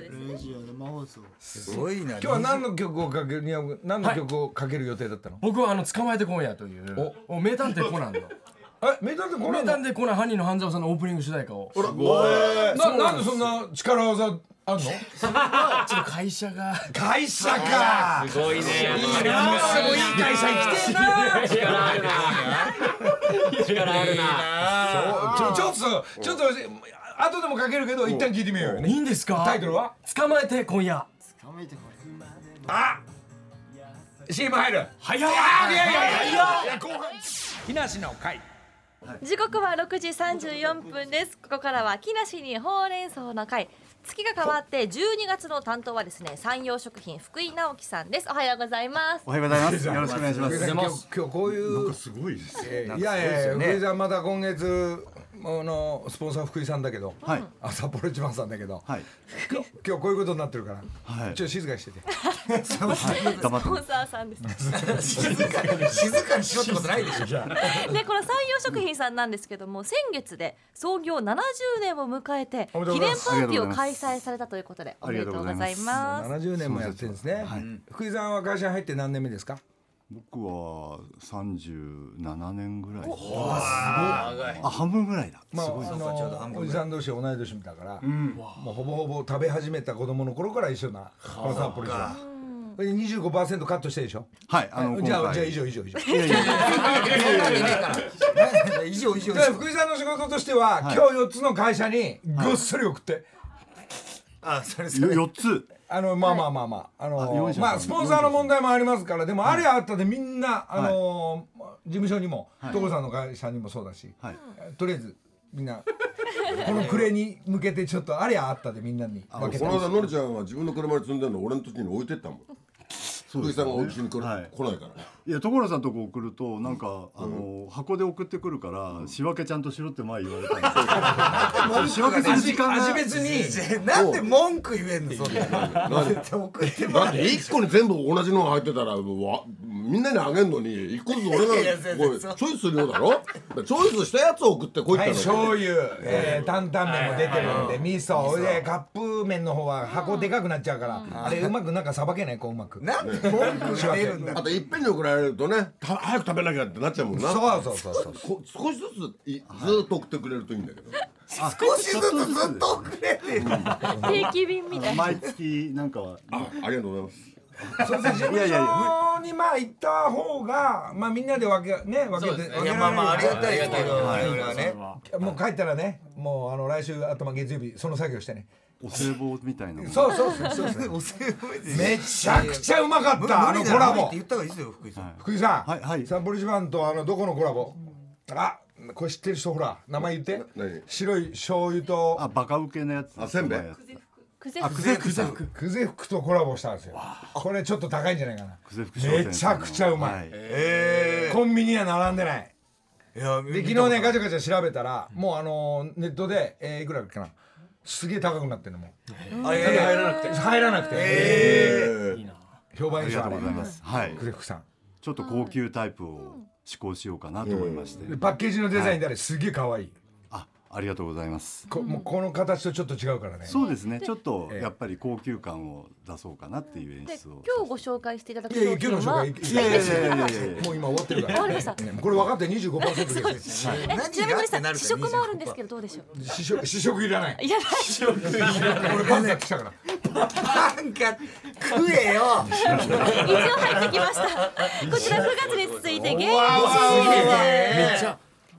Speaker 5: 生放送
Speaker 1: すごいな
Speaker 2: 今日は何の曲をかける宮本君何の曲をかける予定だったの
Speaker 6: 僕はあの捕まえて今夜というお名探偵コナンの
Speaker 2: えメタルこ
Speaker 6: 名
Speaker 2: れ
Speaker 6: 探偵コナン犯人の半沢さんのオープニング主題歌をちょっ
Speaker 2: ななんでそんな力技あんの
Speaker 6: と会社が
Speaker 2: 会社か
Speaker 3: すごいね
Speaker 2: あーもういい会社行きてえな
Speaker 3: 力あるな力あるな
Speaker 2: ちょちょっとちょっと後でもかけるけど一旦聞いてみようよ
Speaker 6: [laughs] い
Speaker 2: ね
Speaker 6: いんですか
Speaker 2: タイトルは
Speaker 6: 捕まえて今夜
Speaker 5: 考えてこれ
Speaker 2: CM 入る
Speaker 6: 早いや
Speaker 2: いやいやいやいや後半木梨の会
Speaker 7: 時刻は6時34分ですここからは木梨にほうれん草の会月が変わって12月の担当はですね産業食品福井直樹さんですおはようございます
Speaker 9: おはようございます。よろしくお願いします。
Speaker 2: 今日今日こういう
Speaker 4: すごいですね。
Speaker 2: いやいやいや、福井さんまた今月あのスポンサー福井さんだけど、
Speaker 9: はい
Speaker 2: あ札幌一番さんだけど、
Speaker 9: はい。
Speaker 2: 今日今日こういうことになってるから、
Speaker 9: はい
Speaker 2: ちょっと静かにしてて
Speaker 9: はい。頑張っ
Speaker 7: ス
Speaker 9: て
Speaker 7: ポ
Speaker 9: ま
Speaker 7: ンサーさんです
Speaker 1: 静かにしろってことないでし
Speaker 7: で
Speaker 1: ょ
Speaker 7: この産業食品さんなんですけども先月で創業70年を迎えて
Speaker 2: おめで
Speaker 7: 記
Speaker 2: とうご
Speaker 7: 念
Speaker 2: ざいま
Speaker 7: パ
Speaker 2: す
Speaker 7: ーティーを開催されたということでお
Speaker 9: あ
Speaker 7: め
Speaker 9: り
Speaker 7: で
Speaker 9: が
Speaker 7: とう
Speaker 9: とう
Speaker 7: ご
Speaker 9: ご
Speaker 7: ざ
Speaker 9: ざ
Speaker 7: い
Speaker 9: います
Speaker 7: ます
Speaker 2: 70年もやってるんですね、
Speaker 9: はい
Speaker 2: 福井さんは会社に入って何年目ですか
Speaker 9: す。僕は37年ぐらいです
Speaker 2: おおあーすごい長い
Speaker 9: あ半分ぐらいだ、
Speaker 2: まあ、
Speaker 9: す
Speaker 2: あ
Speaker 9: ごいな
Speaker 2: のおじさん同士同い年だから、
Speaker 9: うん
Speaker 2: もうほぼほぼ食べ始めた子供の頃から一緒なこのサンプルじゃんこれで25%カットしてでしょ
Speaker 9: はいあの
Speaker 2: じゃ
Speaker 9: 今
Speaker 2: あ
Speaker 9: 回
Speaker 2: じゃあ以上以上以上
Speaker 9: いやいやい
Speaker 2: 以上以上福井さんの仕事としては、
Speaker 9: はい
Speaker 2: 今日4つの会社にごっそり送って、あそれ
Speaker 9: よ四つ
Speaker 2: あのまあまあまあまあ、あ
Speaker 9: あ
Speaker 2: の
Speaker 9: 四社
Speaker 2: まあスポンサーの問題もありますからでもあれあったでみんなあのー事務所にも、
Speaker 9: はい
Speaker 2: 所さんの会社にもそうだし、
Speaker 9: はい
Speaker 2: とりあえずみんなこの暮れに向けてちょっとあれあったでみんなに
Speaker 4: あ
Speaker 2: 分けて
Speaker 4: この間のりちゃんは自分の車に積んでるの俺の時に置いてったもん福井さんがお家に来,、
Speaker 9: は
Speaker 4: 来ないから
Speaker 9: いや所さんとこ送るとなんか、あの箱で送ってくるから、仕分けちゃんとしろって前言われたんですよ仕分けする時間が
Speaker 2: 味別に
Speaker 1: なんで文句言えんの
Speaker 2: [laughs]
Speaker 1: そんな
Speaker 4: なんでだって一個に全部同じのが入ってたらわみんなにあげるのに一個ずつ俺が
Speaker 2: いや先生
Speaker 4: こうチョイスするようだろチョイスしたやつを送ってこいっ
Speaker 2: は
Speaker 4: て
Speaker 2: い
Speaker 4: の
Speaker 2: 醤油、えー、担々麺も出てるんで味噌
Speaker 4: 味噌
Speaker 2: でカップ麺の方は箱でかくなっちゃうから、あれうまくなんかさばけないこううまくなんで文句が出るんだ
Speaker 4: あといっぺんに送られるとねた早く食べなきゃってなっちゃうもんな
Speaker 2: そうそうそうそう
Speaker 4: こ少しずついずーっと送ってくれるといいんだけど、
Speaker 1: 少しずつずっとくれてる
Speaker 7: 定期便みたいな。
Speaker 9: 毎月なんかは
Speaker 4: あありがとうございます
Speaker 2: そうですね事務
Speaker 9: いやいやいや
Speaker 2: 所にまあ行った方がまあみんなで分けね分けて分けられる
Speaker 1: まあまあありがたいで
Speaker 2: よ
Speaker 1: すけど
Speaker 2: はい
Speaker 1: 我々はね
Speaker 2: もう帰ったらねもうあの来週頭月曜日その作業してね
Speaker 9: お歳暮みたいなもん
Speaker 2: そうそうそうそうそう
Speaker 1: [laughs] お世話です
Speaker 2: めちゃくちゃうまかったあのコラ
Speaker 1: 無理だ無理っ
Speaker 2: ボ
Speaker 1: て言った方がいいですよ福井さん
Speaker 2: 福井さん、
Speaker 9: はいはい
Speaker 2: サンポリジバンとあのどこのコラボあこれ知ってる人ほら名前言って
Speaker 4: 何
Speaker 2: 白い醤油と
Speaker 9: あバカウケのやつ
Speaker 4: あせんべい
Speaker 9: お前やつ
Speaker 7: クゼ
Speaker 9: あ
Speaker 7: フ
Speaker 9: クゼ福さんク
Speaker 2: クゼ福とコラボしたんですよこれちょっと高いんじゃないかな
Speaker 9: ゼ福商店
Speaker 2: めちゃくちゃうまい、
Speaker 9: はい
Speaker 1: え
Speaker 2: コンビニには並んでない
Speaker 1: えいや
Speaker 2: で昨日ねガチャガチャ調べたら、もうあのーネットで、えーいくらだっけなすげえ高くなってるのも
Speaker 1: あいやいや
Speaker 2: 入らなくて入らなくて、
Speaker 4: えー
Speaker 2: 評判い
Speaker 9: あ
Speaker 2: いでしょ
Speaker 9: りが
Speaker 2: あ
Speaker 9: とう
Speaker 2: れ
Speaker 9: ございますはい
Speaker 2: クゼ福さん
Speaker 9: ちょっと高級タイプを試行しようかなと思いまして、
Speaker 2: でパッケージのデザインであれすげえ可愛い、
Speaker 9: あありがとうございます
Speaker 2: こもうこの形とちょっと違うからね
Speaker 9: そうですねちょっと
Speaker 2: ええ
Speaker 9: やっぱり高級感を出そうかなっていう演
Speaker 7: で
Speaker 9: 出を
Speaker 7: 今日ご紹介していただく
Speaker 2: いやいや
Speaker 7: 商
Speaker 2: 今
Speaker 7: 品
Speaker 2: 日の紹
Speaker 7: は
Speaker 2: 介
Speaker 9: いやいやいやいやいやいや
Speaker 2: [laughs] もう今終わってるから。
Speaker 7: 終わりました
Speaker 2: ねこれ分かって25%です。はい
Speaker 1: 何が
Speaker 7: ちなみに森さ
Speaker 1: ってなんるか
Speaker 7: 試食もあるんですけどどうでしょう。
Speaker 2: 試食試食いらない。
Speaker 7: いや
Speaker 2: 俺パンが来たから。
Speaker 1: なんか食え
Speaker 7: 一応
Speaker 1: よ
Speaker 7: 入ってきました。こちら9月に続いて現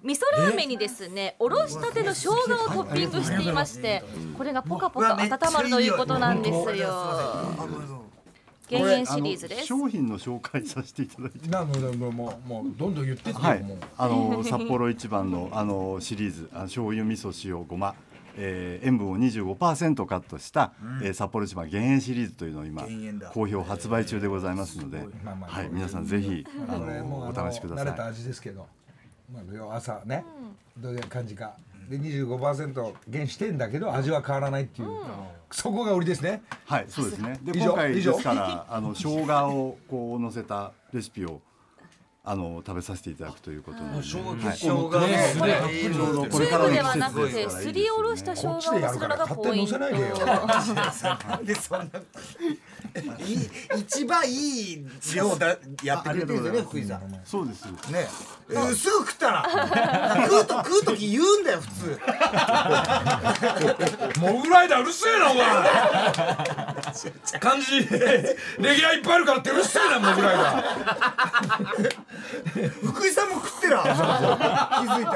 Speaker 7: 味噌ラーメンにですねおろしたての生姜をトッピングしていましてこれがポカポカ温まるということなんですよ減塩シリーズで
Speaker 9: あの
Speaker 7: す
Speaker 9: 商品の紹介させていただいて
Speaker 2: なのでもうもうもうどんどん言ってって
Speaker 9: はい
Speaker 2: もう。
Speaker 9: あの札幌一番のあのシリーズあ醤油味噌塩ごまえー、塩分を25%カットした、えー札幌一番減塩シリーズというのを今
Speaker 1: 減塩だ
Speaker 9: 好評発売中でございますので、
Speaker 2: まあまあ
Speaker 9: はい、皆さんぜひあ
Speaker 2: これもう
Speaker 9: の
Speaker 2: あ
Speaker 9: お
Speaker 2: の
Speaker 9: 試しくださ
Speaker 2: 慣れた
Speaker 9: い。
Speaker 2: 味ですけど、まあ要は朝ねどういう感じか。で25%減してんだけど味は変わらないっていう、そこが売りですね。
Speaker 9: はい、そうですね。で
Speaker 2: 以上
Speaker 9: 今回
Speaker 2: 以
Speaker 9: で
Speaker 2: 上
Speaker 9: すからあの生姜をこう乗せたレシピをあの食べさせていただくということなので、はい
Speaker 1: 生姜がね
Speaker 9: ちょうどこ
Speaker 7: チ
Speaker 9: れ
Speaker 7: ュー
Speaker 9: から
Speaker 7: ブ
Speaker 9: の
Speaker 7: ではな
Speaker 9: 季
Speaker 7: く
Speaker 9: 節で
Speaker 7: て
Speaker 9: すからいいですす
Speaker 7: りお
Speaker 9: よ
Speaker 7: ろ
Speaker 9: ね
Speaker 7: した生姜
Speaker 2: こっ
Speaker 7: を
Speaker 2: ちでやる
Speaker 7: するの
Speaker 2: から
Speaker 7: が
Speaker 2: 勝手
Speaker 7: ポイ
Speaker 2: に
Speaker 7: ント
Speaker 2: 乗せないでよ。
Speaker 1: なんでそんないい一番いい量だやってくれてるんですよね福井さんね
Speaker 9: そうです。
Speaker 1: うんすぐ食ったら食うと食うとき言うんだよ普通
Speaker 2: モグライダーうるせえなお前。感じレギュラーいっぱいあるからってうるせえなモグライダー。
Speaker 1: 福井さんも食ってら気づいた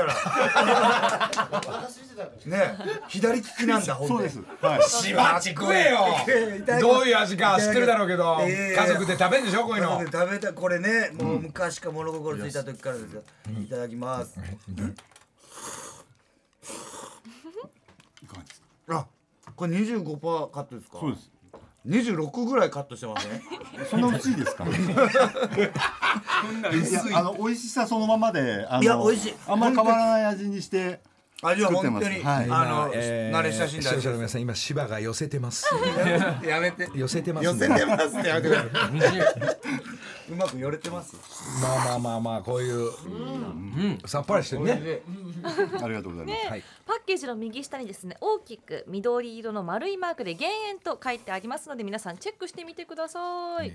Speaker 1: らね
Speaker 9: [laughs]
Speaker 1: 左利きなんだほん
Speaker 9: そう
Speaker 1: で
Speaker 9: です。はい。
Speaker 2: しばち食え
Speaker 1: いただきま
Speaker 2: よ
Speaker 1: す
Speaker 2: どういう味か知ってるだろうけど
Speaker 1: いやいやいや
Speaker 2: 家族で食べるんでしょこういうの
Speaker 1: 食べたこれねもう昔から物心ついた時からですよいただきます
Speaker 9: いかがですか
Speaker 1: あこれ25%カットですか
Speaker 9: そうです。
Speaker 1: 26ぐらいカットしてますね
Speaker 9: [laughs] そんな薄いです
Speaker 1: [laughs]
Speaker 9: かね。いやあの美味しさそのままで、あの
Speaker 1: いや美味しい
Speaker 9: あんまり変わらない味にして、
Speaker 1: 味は本当
Speaker 9: 作っ
Speaker 1: に
Speaker 9: てますはい
Speaker 1: あの慣れ親しんだ
Speaker 2: 視聴
Speaker 1: 味
Speaker 2: 者の皆さん今芝が寄せて [laughs] ます
Speaker 1: やめて
Speaker 2: 寄せてます
Speaker 1: 寄
Speaker 2: んで
Speaker 1: せてます
Speaker 9: [laughs]
Speaker 1: ってやめてくださ [laughs] いうまく寄れてます
Speaker 2: まあまあまあまあこういうさっぱりしてるね
Speaker 9: ありがとうございます
Speaker 7: ね、
Speaker 9: はい
Speaker 7: パッケージの右下にですね大きく緑色の丸いマークで減塩と書いてありますので皆さんチェックしてみてください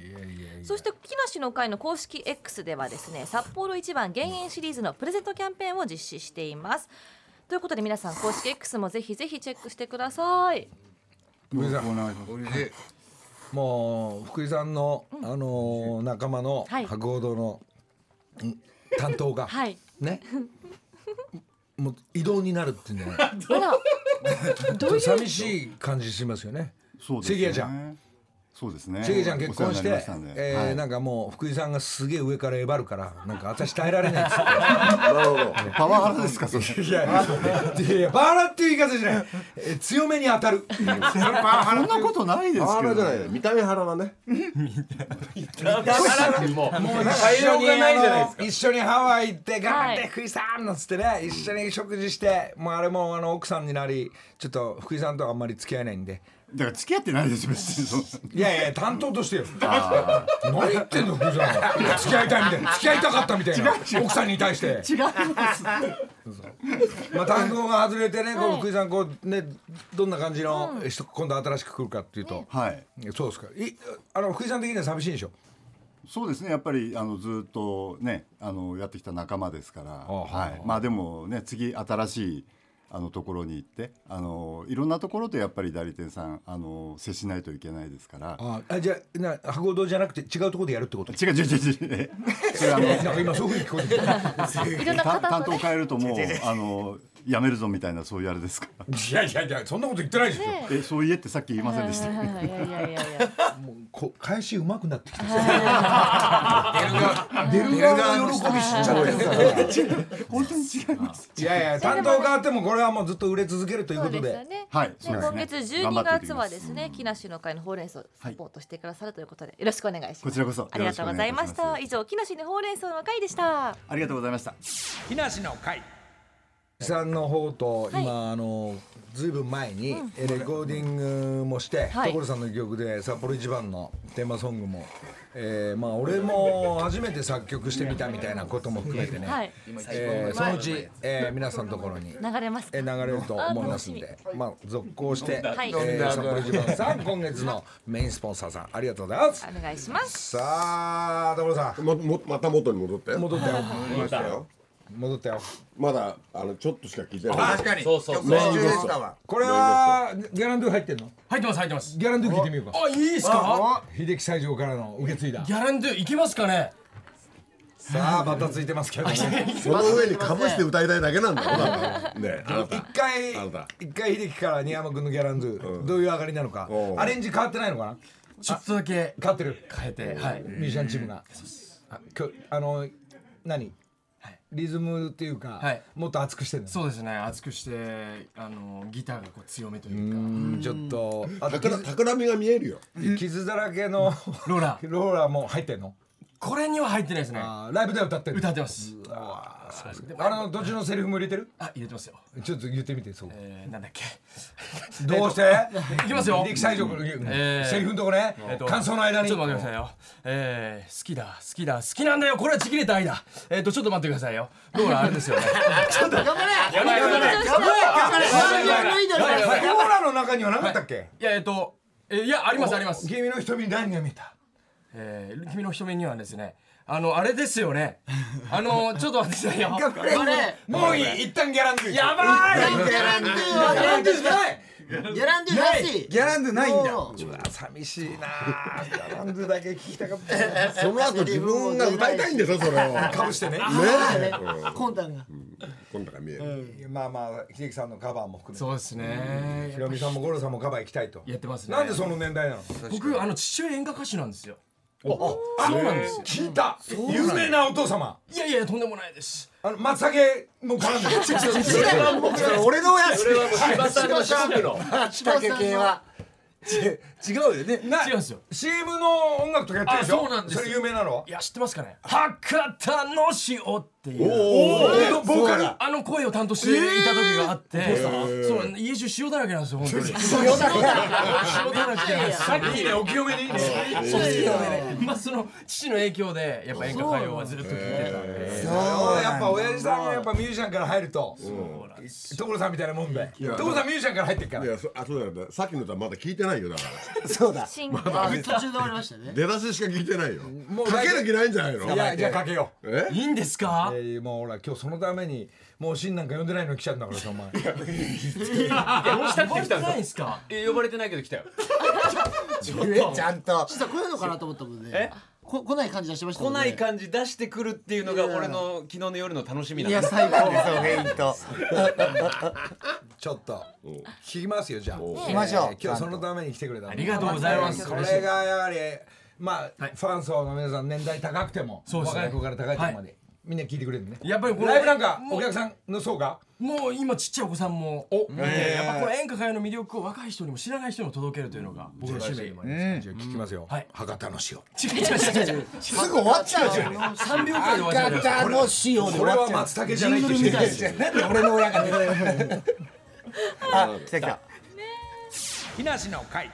Speaker 7: そして木梨の会の公式 X ではですね札幌一番減塩シリーズのプレゼントキャンペーンを実施していますということで皆さん公式 X もぜひぜひチェックしてください
Speaker 2: 福井さんもう福井さんの、あのー仲間の
Speaker 7: はい
Speaker 2: 博報堂の、ん担当が、
Speaker 7: はい [laughs]
Speaker 2: ねもう異動になるっていうんじゃない
Speaker 7: あ [laughs] ら
Speaker 2: ちょっと寂しい感じしますよね
Speaker 9: そうですね
Speaker 2: 関谷ちゃん
Speaker 9: そうですね
Speaker 2: 関谷ちゃん結婚して
Speaker 9: お世話になりまたんで
Speaker 2: えー
Speaker 9: はい
Speaker 2: なんかもう福井さんがすげえ上からえばるからなんか私耐えられないっつ
Speaker 9: [laughs]
Speaker 2: って
Speaker 9: パワハラですかそれ
Speaker 2: いやいやいやいやパワハラっていう言い方じゃないえ強めに当たるパワハ
Speaker 9: そんなことないですけど、
Speaker 4: パ
Speaker 9: ね、
Speaker 4: ワハラじゃないよ見た目ハラはね
Speaker 3: もう
Speaker 2: もう
Speaker 3: 才
Speaker 2: 一緒
Speaker 3: 能
Speaker 2: に
Speaker 3: がないじゃないです
Speaker 2: あの一緒にハワイ行って頑張っ
Speaker 7: は
Speaker 2: て
Speaker 7: い
Speaker 2: 福井さんなんつってね一緒に食事してもうあれもあの奥さんになりちょっと福井さんとはあんまり付き合えないんで
Speaker 9: だから付き合ってないですよ別にその
Speaker 2: いやいや担当としてよ何言ってんの福井さん付き合いたいみたいな付き合いたかったみたいな奥さんに対して
Speaker 9: 違います
Speaker 2: まあ担当が外れてねこう福井さんこうねどんな感じの人今度新しく来るかっていうと
Speaker 9: はい
Speaker 2: そうですかいあの福井さん的には寂しいでしょ
Speaker 9: そうですねやっぱりあのずっとねあのやってきた仲間ですから、
Speaker 2: あはあ
Speaker 9: はい、まあでもね次新しいあのところに行ってあのいろんなところでやっぱり代理店さんあの接しないといけないですから
Speaker 2: ああじゃあな博報堂じゃなくて違うところでやるってこと
Speaker 9: 違う違う違う
Speaker 3: [laughs]
Speaker 9: 違うそれあの
Speaker 2: なんか今そういうふうに聞こえてきた
Speaker 7: いろんな
Speaker 9: た担
Speaker 7: 方
Speaker 9: 当
Speaker 7: のね
Speaker 9: 変えるともうあのやめるぞみたいなそういうあれですから
Speaker 2: いやいやいやそんなこと言ってないですよ、
Speaker 9: えそう言えってさっき言いませんでした
Speaker 7: はいはいはいいやいやいやいや
Speaker 2: こ返しうまくなってきて出る側の喜び知っちゃって
Speaker 9: 本当に違います
Speaker 2: いやいや担当変わってもこれはもうずっと売れ続けるという
Speaker 7: そ
Speaker 2: こ
Speaker 7: う
Speaker 2: と
Speaker 7: で
Speaker 2: です
Speaker 7: よね
Speaker 9: はいそう
Speaker 7: ね、
Speaker 9: です
Speaker 7: 今月
Speaker 9: ね頑張
Speaker 7: 12
Speaker 9: っていき
Speaker 7: 月
Speaker 9: ま
Speaker 7: は
Speaker 9: す
Speaker 7: ですね、木梨の会のほうれん草をサポートしてくださるということで、よろしくお願いします。
Speaker 9: こちらこそ
Speaker 7: ありがとうございまし
Speaker 9: よろしくお
Speaker 7: た。
Speaker 9: 願い
Speaker 7: 以上、木梨のほうれん草の会でした。
Speaker 9: ありがとうございました
Speaker 2: 木梨の会さんの方と今、あのずいぶん前にえレコーディングもして、
Speaker 7: はい
Speaker 2: 所さんの曲で札幌一番のテーマソングも、えーまあ俺も初めて作曲してみたみたいなことも含めてね、
Speaker 7: はい、
Speaker 2: えーそのうち、えー皆さんのところに
Speaker 7: 流れますか
Speaker 2: え。ー流れると思いますんで、まあ続行して、
Speaker 7: はい
Speaker 2: えー、札幌一番さん今月のメインスポンサーさんありがとうございます。
Speaker 7: お願いします。
Speaker 2: さあ所さ
Speaker 4: まもまた元に戻って
Speaker 2: ん戻ったよ
Speaker 4: ましたよ
Speaker 2: 戻ったよ。
Speaker 4: まだあのちょっとしか聞いてない
Speaker 3: 確かにそうそう
Speaker 4: メイン
Speaker 1: 中
Speaker 4: ゲ
Speaker 1: で
Speaker 4: ス
Speaker 1: し
Speaker 4: ト
Speaker 1: たわ
Speaker 2: これはギャランドゥ入ってんの？
Speaker 6: 入ってます入ってます
Speaker 2: ギャランドゥ聞いてみようか。
Speaker 6: あいいですか
Speaker 2: 秀樹西条からの受け継いだ。
Speaker 6: ギャランドゥいけますかね
Speaker 2: さあバタついてますけども。
Speaker 4: その上にかぶして歌いたいだけなんだよだからねあな
Speaker 2: 一
Speaker 4: た
Speaker 2: 回
Speaker 4: あなた
Speaker 2: 一回秀樹から新山君のギャランドゥどういう上がりなのか
Speaker 4: お。う
Speaker 2: アレンジ変わってないのかな？
Speaker 6: ちょっとだけ
Speaker 2: 変わってる。
Speaker 6: 変えてはい
Speaker 2: ミュージシャンチームが。あ今日あの何？リズムっていうか
Speaker 6: はい
Speaker 2: もっと熱くしてるの。
Speaker 6: そうですね熱くしてあのギターがこう強めというか
Speaker 2: うんちょっとあと
Speaker 4: たくらみが見えるよ
Speaker 2: 傷傷だらけの
Speaker 6: ローラー
Speaker 2: ローラーも入ってんの？
Speaker 6: これには入ってないですね
Speaker 2: あーライブでは歌ってる。
Speaker 6: 歌ってます
Speaker 2: あのどっちのセリフも入れてる？
Speaker 6: あ入れてますよ
Speaker 2: ちょっと言ってみてそう。
Speaker 6: えーなんだっけ
Speaker 2: どうして？
Speaker 6: いきますよ
Speaker 2: 秀樹西条君
Speaker 6: えー
Speaker 2: セリフのとこね
Speaker 6: えっと。
Speaker 2: 感想の間に。
Speaker 6: ちょっと待ってくださいよ。えー、好きだ、好きだ、好きなんだよ。これはちぎれた愛だ。えっ、と、ちょっと待ってくださいよ。ローラあれです [laughs] よね。ちょっと。頑張れ頑張れ頑張れ
Speaker 7: 頑張れ
Speaker 2: ローラの中にはなかったっけ？
Speaker 6: いや、えっ、と、えーいや、ありますあります。
Speaker 2: 君の瞳に何が見えた？
Speaker 6: えー、君の瞳にはですね、あの、あれですよね。あの、ちょっと待ってくださいよ。
Speaker 2: 頑張れ
Speaker 6: あれ
Speaker 2: もういい一旦ギャランドゥ。
Speaker 6: やばい
Speaker 5: ギャランドゥは
Speaker 2: ギャランドゥしかない。
Speaker 5: ギャランドゥなし
Speaker 1: ギャランドゥないんだ
Speaker 5: もう
Speaker 2: うわ寂しいなあ。ギャランドゥだけ聞きたかった。
Speaker 4: その後自分が歌いたいんでしょそれをね
Speaker 2: かぶしてね。
Speaker 4: え
Speaker 5: 魂胆が
Speaker 4: 今度が見える
Speaker 2: まあまあ秀樹さんのカバーも含めて。
Speaker 6: そうですね。
Speaker 2: ひろみさんもゴロさんもカバー行きたいと。
Speaker 6: やってますね。
Speaker 2: なんでその年代なの？
Speaker 6: 僕、あの、父親演歌歌手なんですよ。
Speaker 2: あそうなんです。聞いた。有名なお父様。
Speaker 6: いやいや、とんでもないです。
Speaker 2: あの松茸も絡んでる。
Speaker 1: 俺の親父
Speaker 5: 下毛系は
Speaker 1: 違うよね
Speaker 2: な
Speaker 6: 違うんですよ。
Speaker 2: CM の音楽とかやってるでし
Speaker 6: あ
Speaker 2: ょ
Speaker 6: そうなんですよ
Speaker 2: それ有名なの
Speaker 6: いや、知ってますかね博多の塩っていう。
Speaker 4: おお
Speaker 2: ボーカル
Speaker 6: あの声を担当していた時があって、そう家中塩だらけなんですよ本当に
Speaker 8: 塩だらけ
Speaker 6: 塩だらけなんです
Speaker 8: さっきねお清めでいいね
Speaker 6: そう好きなんでねまあその父の影響でやっぱ演歌歌謡はずっと聞いてたんで
Speaker 2: やっぱ親父さんがやっぱミュージシャンから入ると所さんみたいなもんで
Speaker 4: いや
Speaker 2: 所さんミュージシャンから入ってるから
Speaker 4: いやそあそうだよねさっきの歌まだ聞いてないよだ
Speaker 2: [laughs]
Speaker 4: から
Speaker 1: そうだ
Speaker 7: 新
Speaker 4: ま
Speaker 7: 規
Speaker 4: だ
Speaker 7: あ
Speaker 4: 出
Speaker 7: 途中で終わりましたね
Speaker 4: 出だししか聞いてないよ
Speaker 2: もう
Speaker 4: かける気ないんじゃないの
Speaker 2: いやじゃあかけよう
Speaker 4: え
Speaker 6: いいんですか
Speaker 2: えーもうほら今日そのためにもうンなんか呼んでないのに来ちゃったんだからさお前
Speaker 6: どうしたってきたんですか
Speaker 3: え呼ばれてないけど来たよ
Speaker 1: ちゃんと
Speaker 5: したら来ないのかなと思ったもん
Speaker 3: え
Speaker 5: ねこ来ない感じ出してました
Speaker 3: 来
Speaker 5: もんね
Speaker 3: ない感じ出してくるっていうのが俺の昨日の夜の楽しみないん
Speaker 5: や
Speaker 3: です
Speaker 5: 最高
Speaker 1: そうフェイント
Speaker 2: ちょっと聞きますよじゃあ
Speaker 1: 行きましょう
Speaker 2: えー今日そのために来てくれた
Speaker 6: ありがとうございます
Speaker 2: これがやはりまあファン層の皆さん年代高くても
Speaker 6: そうですね
Speaker 2: 若い子から高い子までみんな聞いてくれるね
Speaker 6: やっぱりこれ
Speaker 2: ライブなんか
Speaker 6: もう
Speaker 2: お客さんの層が
Speaker 6: もう今ちっちゃいお子さんも
Speaker 2: お
Speaker 6: 見てやっぱこれ演歌歌謡の魅力を若い人にも知らない人にも届けるというのが僕の使命でもあります
Speaker 2: じゃあ聞きますよ
Speaker 6: はい
Speaker 2: 博多の
Speaker 6: [laughs] 違う
Speaker 2: 塩
Speaker 6: 違う違う違う
Speaker 1: すぐ終わっちゃうじゃん
Speaker 6: 3秒くらいで終わっちゃうじゃないですか
Speaker 1: 赤の塩で終
Speaker 2: これ
Speaker 1: わ
Speaker 2: は
Speaker 1: っちゃう
Speaker 2: 松茸じゃ [laughs] ないって言ってる
Speaker 1: なんで俺の親が出てるあ来た来た
Speaker 2: 木梨の会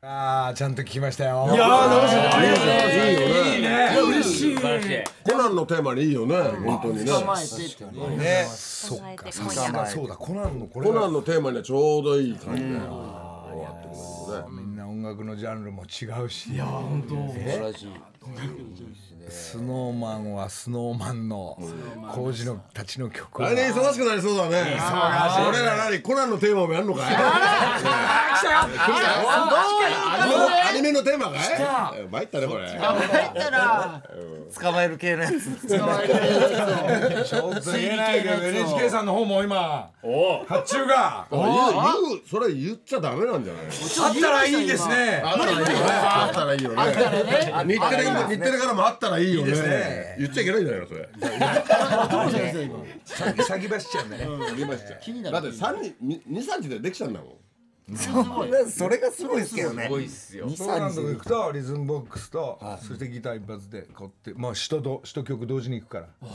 Speaker 2: ああちゃんと聞きましたよ
Speaker 4: いやー楽しいありがとうございますいいよね
Speaker 6: 嬉しい素晴らしい
Speaker 4: コナンのテーマにいいよね本当にね
Speaker 5: 構えてっていうね
Speaker 7: 支えて今
Speaker 2: あ
Speaker 7: 夜
Speaker 2: まあそうだコナンのこれ
Speaker 4: コナ
Speaker 2: は
Speaker 4: ンのテーマにはちょうどいい感じで終わってますね
Speaker 2: みんな音楽のジャンルも違うし
Speaker 6: 本当
Speaker 3: 素晴らしい
Speaker 2: スノーマンはスノーマンの工事のたちの曲を
Speaker 4: 来年忙しくなりそうだね俺ら何コナンのテーマもやるのかいアニメアニメのテーマかい参ったねこれ
Speaker 1: 捕まえる系のやつ
Speaker 2: ちょっと言えないけど NHK さんの方も今発注があ
Speaker 4: 言う言うそれ言っちゃダメなんじゃない
Speaker 2: ったらいいですね
Speaker 4: あったらいいよね日テレ日テレからもあったらいいよね言っちゃいけないんじゃないのそれ
Speaker 2: 先先走っちゃうんだね
Speaker 4: だって三日二三日でできちゃうんだもん
Speaker 1: それがすごいですけどね
Speaker 3: すごいっすよ
Speaker 2: そうなんとこ行くとリズムボックスとそしてギター一発でこうやってまあ首と首曲同時に行くから
Speaker 6: 同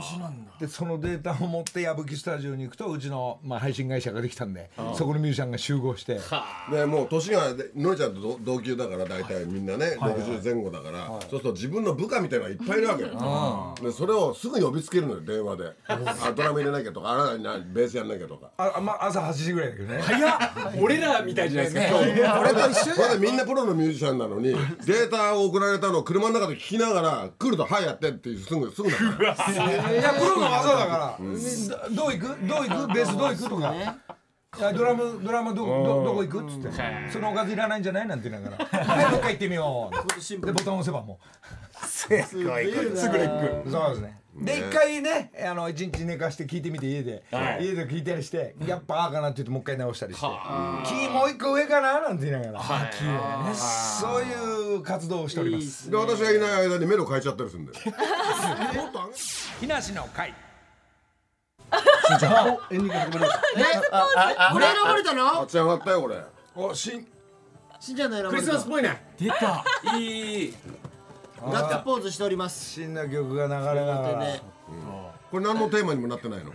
Speaker 6: 時なんだ
Speaker 2: でそのデータを持って矢吹スタジオに行くとうちのまあ配信会社ができたんでそこのミュージシャンが集合して
Speaker 4: でもう年がでのりちゃんと同同級だから大体みんなね、60前後だから、そうすると自分の部下みたいなのがいっぱいいるわけよ、でそれをすぐ呼びつけるのよ電話で「あドラム入れなきゃ」とか「あなベースやんなきゃ」とか
Speaker 2: あまあ朝8時ぐらいだけどね
Speaker 3: 俺らみたいじゃないですか今日
Speaker 4: これと一緒みんなプロのミュージシャンなのにデータを送られたのを車の中で聞きながら来ると「はいやって」っていうすぐすぐだから
Speaker 2: いやプロの技だから、どどういくどういくベースどういくとか、いやドラムドラムどどどこ行くっつって、そのおかずいらないんじゃないなんて言いながら [laughs] はいもう一回行ってみようでボタン押せばも
Speaker 1: すごいすぐレック
Speaker 2: うそうですねで一回ねあの一日寝かして聞いてみて家で、家で聞いたりしてやっぱああかなって言ってもう一回直したりして「キーもう一個上かな?」なんて言いながら、ねそういう活動をしております
Speaker 4: で私がいない間にメロ変えちゃったりするん [laughs] だよ
Speaker 2: 木梨の会
Speaker 5: これ選ばれたの
Speaker 4: 立ち上がったよこれ
Speaker 2: おしん
Speaker 5: しんちゃんの選ばれたクリ
Speaker 3: ぽいね出たいい
Speaker 5: ガッツポーズしております
Speaker 2: しんな曲が流れながら、
Speaker 5: ね
Speaker 4: これ何のテーマにもなってないの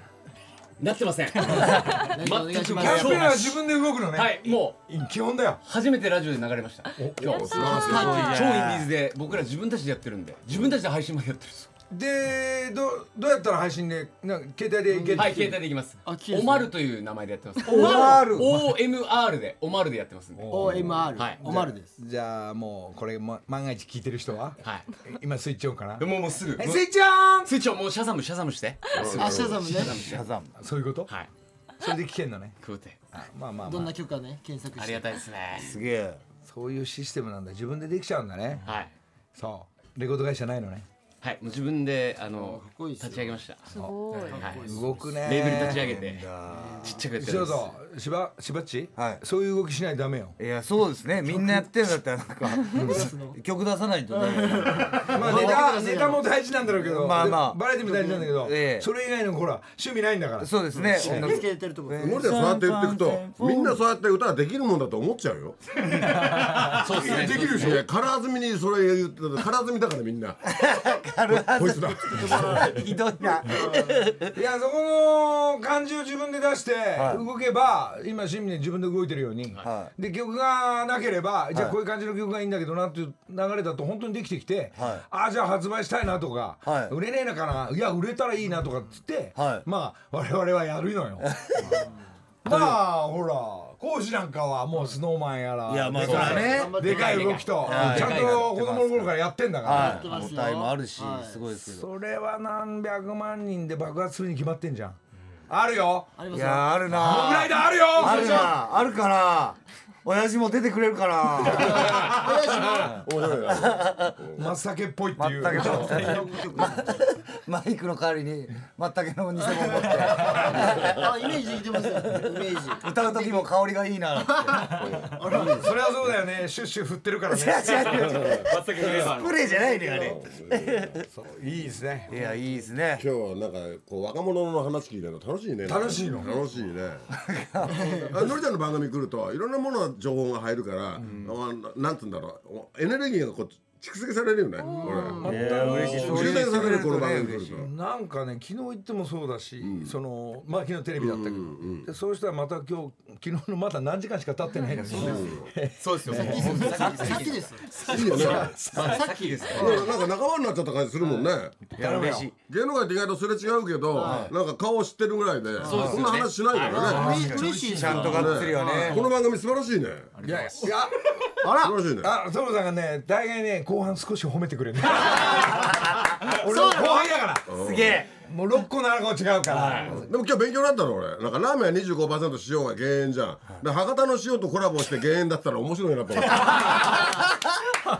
Speaker 3: なってません
Speaker 5: 何かお願いしま
Speaker 2: キャン
Speaker 5: す
Speaker 2: ペーンは自分で動くのね、
Speaker 3: はいもう
Speaker 2: 基本だよ
Speaker 3: 初めてラジオで流れました今日超インディーズで僕ら自分たちでやってるんで自分たちで配信までやってるんですよ
Speaker 2: でどどうやったら配信でなんか携帯でいける
Speaker 3: はい携帯でいきます
Speaker 5: あ綺麗です
Speaker 3: オ
Speaker 5: ね
Speaker 3: マルという名前でやってます
Speaker 2: オマル
Speaker 3: OMR でオマルでやってますんで
Speaker 5: OMR
Speaker 3: い
Speaker 5: おまるです
Speaker 2: じゃあもうこれ、ま、万が一聞いてる人は
Speaker 3: は
Speaker 2: 今スイッチオンかない
Speaker 3: もうもうすぐ
Speaker 2: はいスイッチオン
Speaker 3: スイッチをもうシャザムシャザムして
Speaker 5: あシャザムね
Speaker 2: そういうこと、
Speaker 3: はい
Speaker 2: それで聞けんのね
Speaker 3: 食うて
Speaker 2: まあまあ、
Speaker 5: どん
Speaker 2: まあ、
Speaker 5: な曲かね検索
Speaker 3: あ
Speaker 5: し
Speaker 3: りが
Speaker 5: て
Speaker 3: たいですね
Speaker 1: すげえ
Speaker 2: そういうシステムなんだ自分でできちゃうんだね
Speaker 3: はい
Speaker 2: そうレコード会社ないのね
Speaker 3: はいもう自分であの
Speaker 5: っこいいっすよ
Speaker 3: 立ち上げました
Speaker 7: すごい
Speaker 3: はい
Speaker 2: 動くね
Speaker 3: レーベル立ち上げてちっちゃくやってるん
Speaker 2: そう
Speaker 3: です
Speaker 2: そうしばしばっち、
Speaker 1: はい
Speaker 2: そういう動きしないとダメよ
Speaker 1: いやそうですねみんなやってんだったらなんか曲出さないとね
Speaker 2: まあネタネタも大事なんだろうけど、
Speaker 1: まあまあ
Speaker 2: でバラエティも大事なんだけど、
Speaker 1: ええ
Speaker 2: それ以外のほら趣味ないんだから
Speaker 1: そうですね音
Speaker 5: つ
Speaker 1: 楽
Speaker 5: けてるとこ
Speaker 4: のりちゃんそうやって言ってくとみんなそうやって歌ができるもんだと思っちゃう [laughs] よ
Speaker 3: そうです
Speaker 4: [laughs]
Speaker 3: ね
Speaker 4: できるでしょいや空積みにそれ言ってた空積みだからみんな
Speaker 1: あるは
Speaker 4: こい
Speaker 1: [laughs]
Speaker 4: つだ
Speaker 1: ひどいな。
Speaker 2: いやそこの感じを自分で出して動けば今シンミネ自分で動いてるように、で曲がなければじゃあこういう感じの曲がいいんだけどなっていう流れだと本当にできてきて、
Speaker 1: はい
Speaker 2: ああじゃあ発売したいなとか、
Speaker 1: はい
Speaker 2: 売れねえのかないや売れたらいいなとかっつって、
Speaker 1: はい
Speaker 2: まあ我々はやるのよ。 [laughs] まあほら講師なんかはもうスノーマンやら
Speaker 1: いやまあそ
Speaker 2: でか
Speaker 1: うだね頑張
Speaker 2: でかい動きと
Speaker 1: はい
Speaker 2: ちゃんと子供の頃からやってんだから。
Speaker 1: はい。
Speaker 5: ます
Speaker 1: 母
Speaker 5: よ
Speaker 1: 体もあるし
Speaker 5: は、い
Speaker 1: すごいですけど。
Speaker 2: それは何百万人で爆発するに決まってんじゃんあるよこ
Speaker 1: いやあるな。
Speaker 2: のぐらいであるよ
Speaker 1: あるな。あるかな。親父も出てくれるかな。
Speaker 4: 面白いな
Speaker 2: 真っ先っぽいっていう
Speaker 1: 全く [laughs] マイクの代わりに、まったけの偽物持って。
Speaker 5: あイメージできてますよイメージ
Speaker 1: 歌う時も香りがいいなって。
Speaker 2: [laughs] それはそうだよねシュッシュ振ってるからね
Speaker 1: 違う違う違う。
Speaker 6: 全くレバー
Speaker 1: プレイじゃないのよね。
Speaker 2: いいですね
Speaker 1: いやいいですね。
Speaker 4: 今日はなんかこう若者の話聞いてるの楽しいね
Speaker 2: 楽しいの
Speaker 4: 楽 [laughs] しいねあのりちゃんの番組来るといろんなものの情報が入るから、あなんつうんだろうおエネルギーがこう蓄積されるよねこれ
Speaker 1: いや嬉しい。
Speaker 4: 充電されるこの番組来
Speaker 1: 嬉
Speaker 4: る
Speaker 1: し
Speaker 4: と
Speaker 1: い。
Speaker 2: なんかね昨日行ってもそうだし、そのまあ昨日テレビだったけど、でそうしたらまた今日昨日のまだ何時間しか経ってないのに
Speaker 3: そうですよ。
Speaker 5: さっきですよ
Speaker 4: いいよね
Speaker 3: さっきですよ。
Speaker 4: なんか仲間になっちゃった感じするもんね、
Speaker 1: いや嬉しい。
Speaker 4: 芸能界って意外とすれ違うけど、なんか顔知ってるぐらいで、そんな話しないからね、
Speaker 5: うれ嬉しいです
Speaker 1: ち
Speaker 5: よ
Speaker 1: ゃんとがっつりよね。
Speaker 4: この番組素晴らしいね
Speaker 2: いやいや
Speaker 4: 素晴らしいね
Speaker 2: あトムさんがね大概ね後半少し褒めてくれる俺も後半だから
Speaker 1: すげえ。
Speaker 2: もう6個7個違うから
Speaker 4: でも今日勉強になったの俺なんかラーメンは25%塩が減塩じゃん、で博多の塩とコラボして減塩だったら面白いなと思っ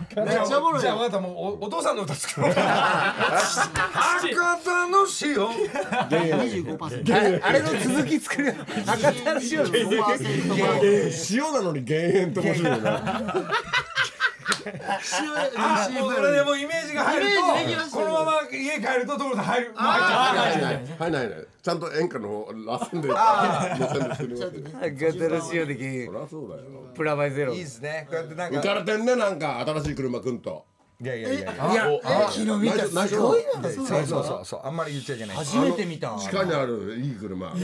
Speaker 4: て
Speaker 2: めっ
Speaker 5: ちゃおもろいよ
Speaker 2: じゃあ分かったもうおお父さんの歌作ろう博多の塩
Speaker 5: 25%
Speaker 1: あれの続き作る。博多の塩
Speaker 5: 25%
Speaker 4: えー塩なのに減塩って面白いよね
Speaker 2: あもうそれでもうイメージが入る
Speaker 5: イメージできまし
Speaker 2: と
Speaker 5: た
Speaker 2: こ
Speaker 5: よ
Speaker 2: のまま家帰ると所さん入る
Speaker 4: [laughs] は
Speaker 2: あ
Speaker 4: いないないはいないないちゃんと演歌の螺旋で [laughs] 螺旋でしてみますよ
Speaker 1: 博多の塩で減
Speaker 4: そりゃそうだよ
Speaker 1: プラマイゼロ。
Speaker 2: いいですねこうやってなん
Speaker 4: 浮
Speaker 2: か
Speaker 4: かれてんねなんか新しい車くんと
Speaker 2: いやいやいや
Speaker 1: いや、昨日見た。
Speaker 4: 内緒
Speaker 1: すごいな。
Speaker 2: そうそうそうそうあんまり言っちゃいけない
Speaker 1: 初めて見た。
Speaker 4: 地下にあるいい車、こ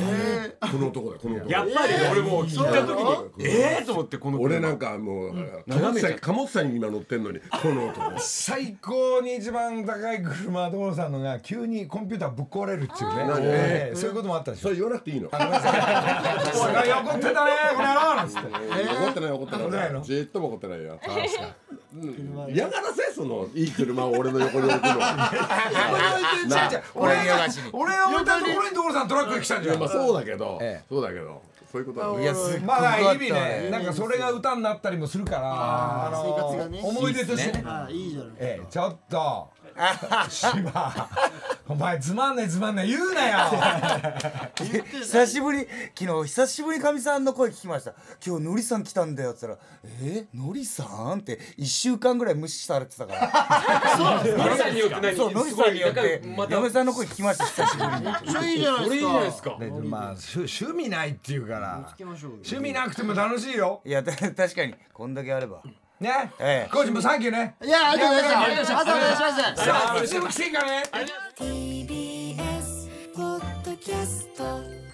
Speaker 4: の男だよこの男
Speaker 3: やっぱり俺もう聞いた時にええと思ってこの
Speaker 4: 俺なんかもう貨物車に貨物車に今乗ってんのにこの男
Speaker 2: 最高に一番高い車は所さんのが急にコンピューターぶっ壊れるっていうねええそういうこともあったでし
Speaker 4: そ
Speaker 2: ょ
Speaker 4: れ言わなくていいの
Speaker 2: すごい怒ってたねこの野郎なんつって
Speaker 4: 怒ってない怒って
Speaker 2: 怒って
Speaker 4: な
Speaker 2: ない
Speaker 4: い
Speaker 2: の
Speaker 4: じーっとも怒ってないようん嫌がらせそのいい車を俺の横に置くのいや
Speaker 2: 違う違う
Speaker 1: 俺に逃しに。
Speaker 2: 俺を置いたところに所さんトラックで来たんじゃん
Speaker 4: まあそうだけど
Speaker 2: ええ
Speaker 4: そうだけどそういうことだね
Speaker 1: いや、すっごい
Speaker 2: まだ
Speaker 1: 良かっ
Speaker 2: 日々
Speaker 1: た
Speaker 2: ね、なんかそれが歌になったりもするから、あの
Speaker 5: 生活がね
Speaker 2: 思い出としてね。
Speaker 5: あいいじゃん
Speaker 2: ええ、ちょっと、芝、お前つまんねえつまんねえ言うなよ。
Speaker 1: 久しぶり昨日久しぶりかみさんの声聞きました今日のりさん来たんだよっつったら「えのりさん?」って1週間ぐらい無視されてたから
Speaker 6: ノリさんによってない。
Speaker 1: そうのりさんによって
Speaker 6: また
Speaker 1: 嫁さんの声聞きました久しぶりに
Speaker 5: めっちゃいいじゃない
Speaker 6: それいい
Speaker 5: で
Speaker 6: じ
Speaker 5: す
Speaker 6: ゃないで
Speaker 5: か
Speaker 6: すか。
Speaker 2: でまあ、しゅ趣味ないっていうから、
Speaker 5: 行きましょうよ
Speaker 2: 趣味なくても楽しいよ。
Speaker 1: いやた [laughs] 確かにこんだけあれば
Speaker 2: ね
Speaker 1: ええ。
Speaker 2: コーチもサンキューね。
Speaker 5: いやありがとうございました朝お願いします
Speaker 2: じゃあ、いつでも来ていいからね。
Speaker 8: TBS ポッドキャスト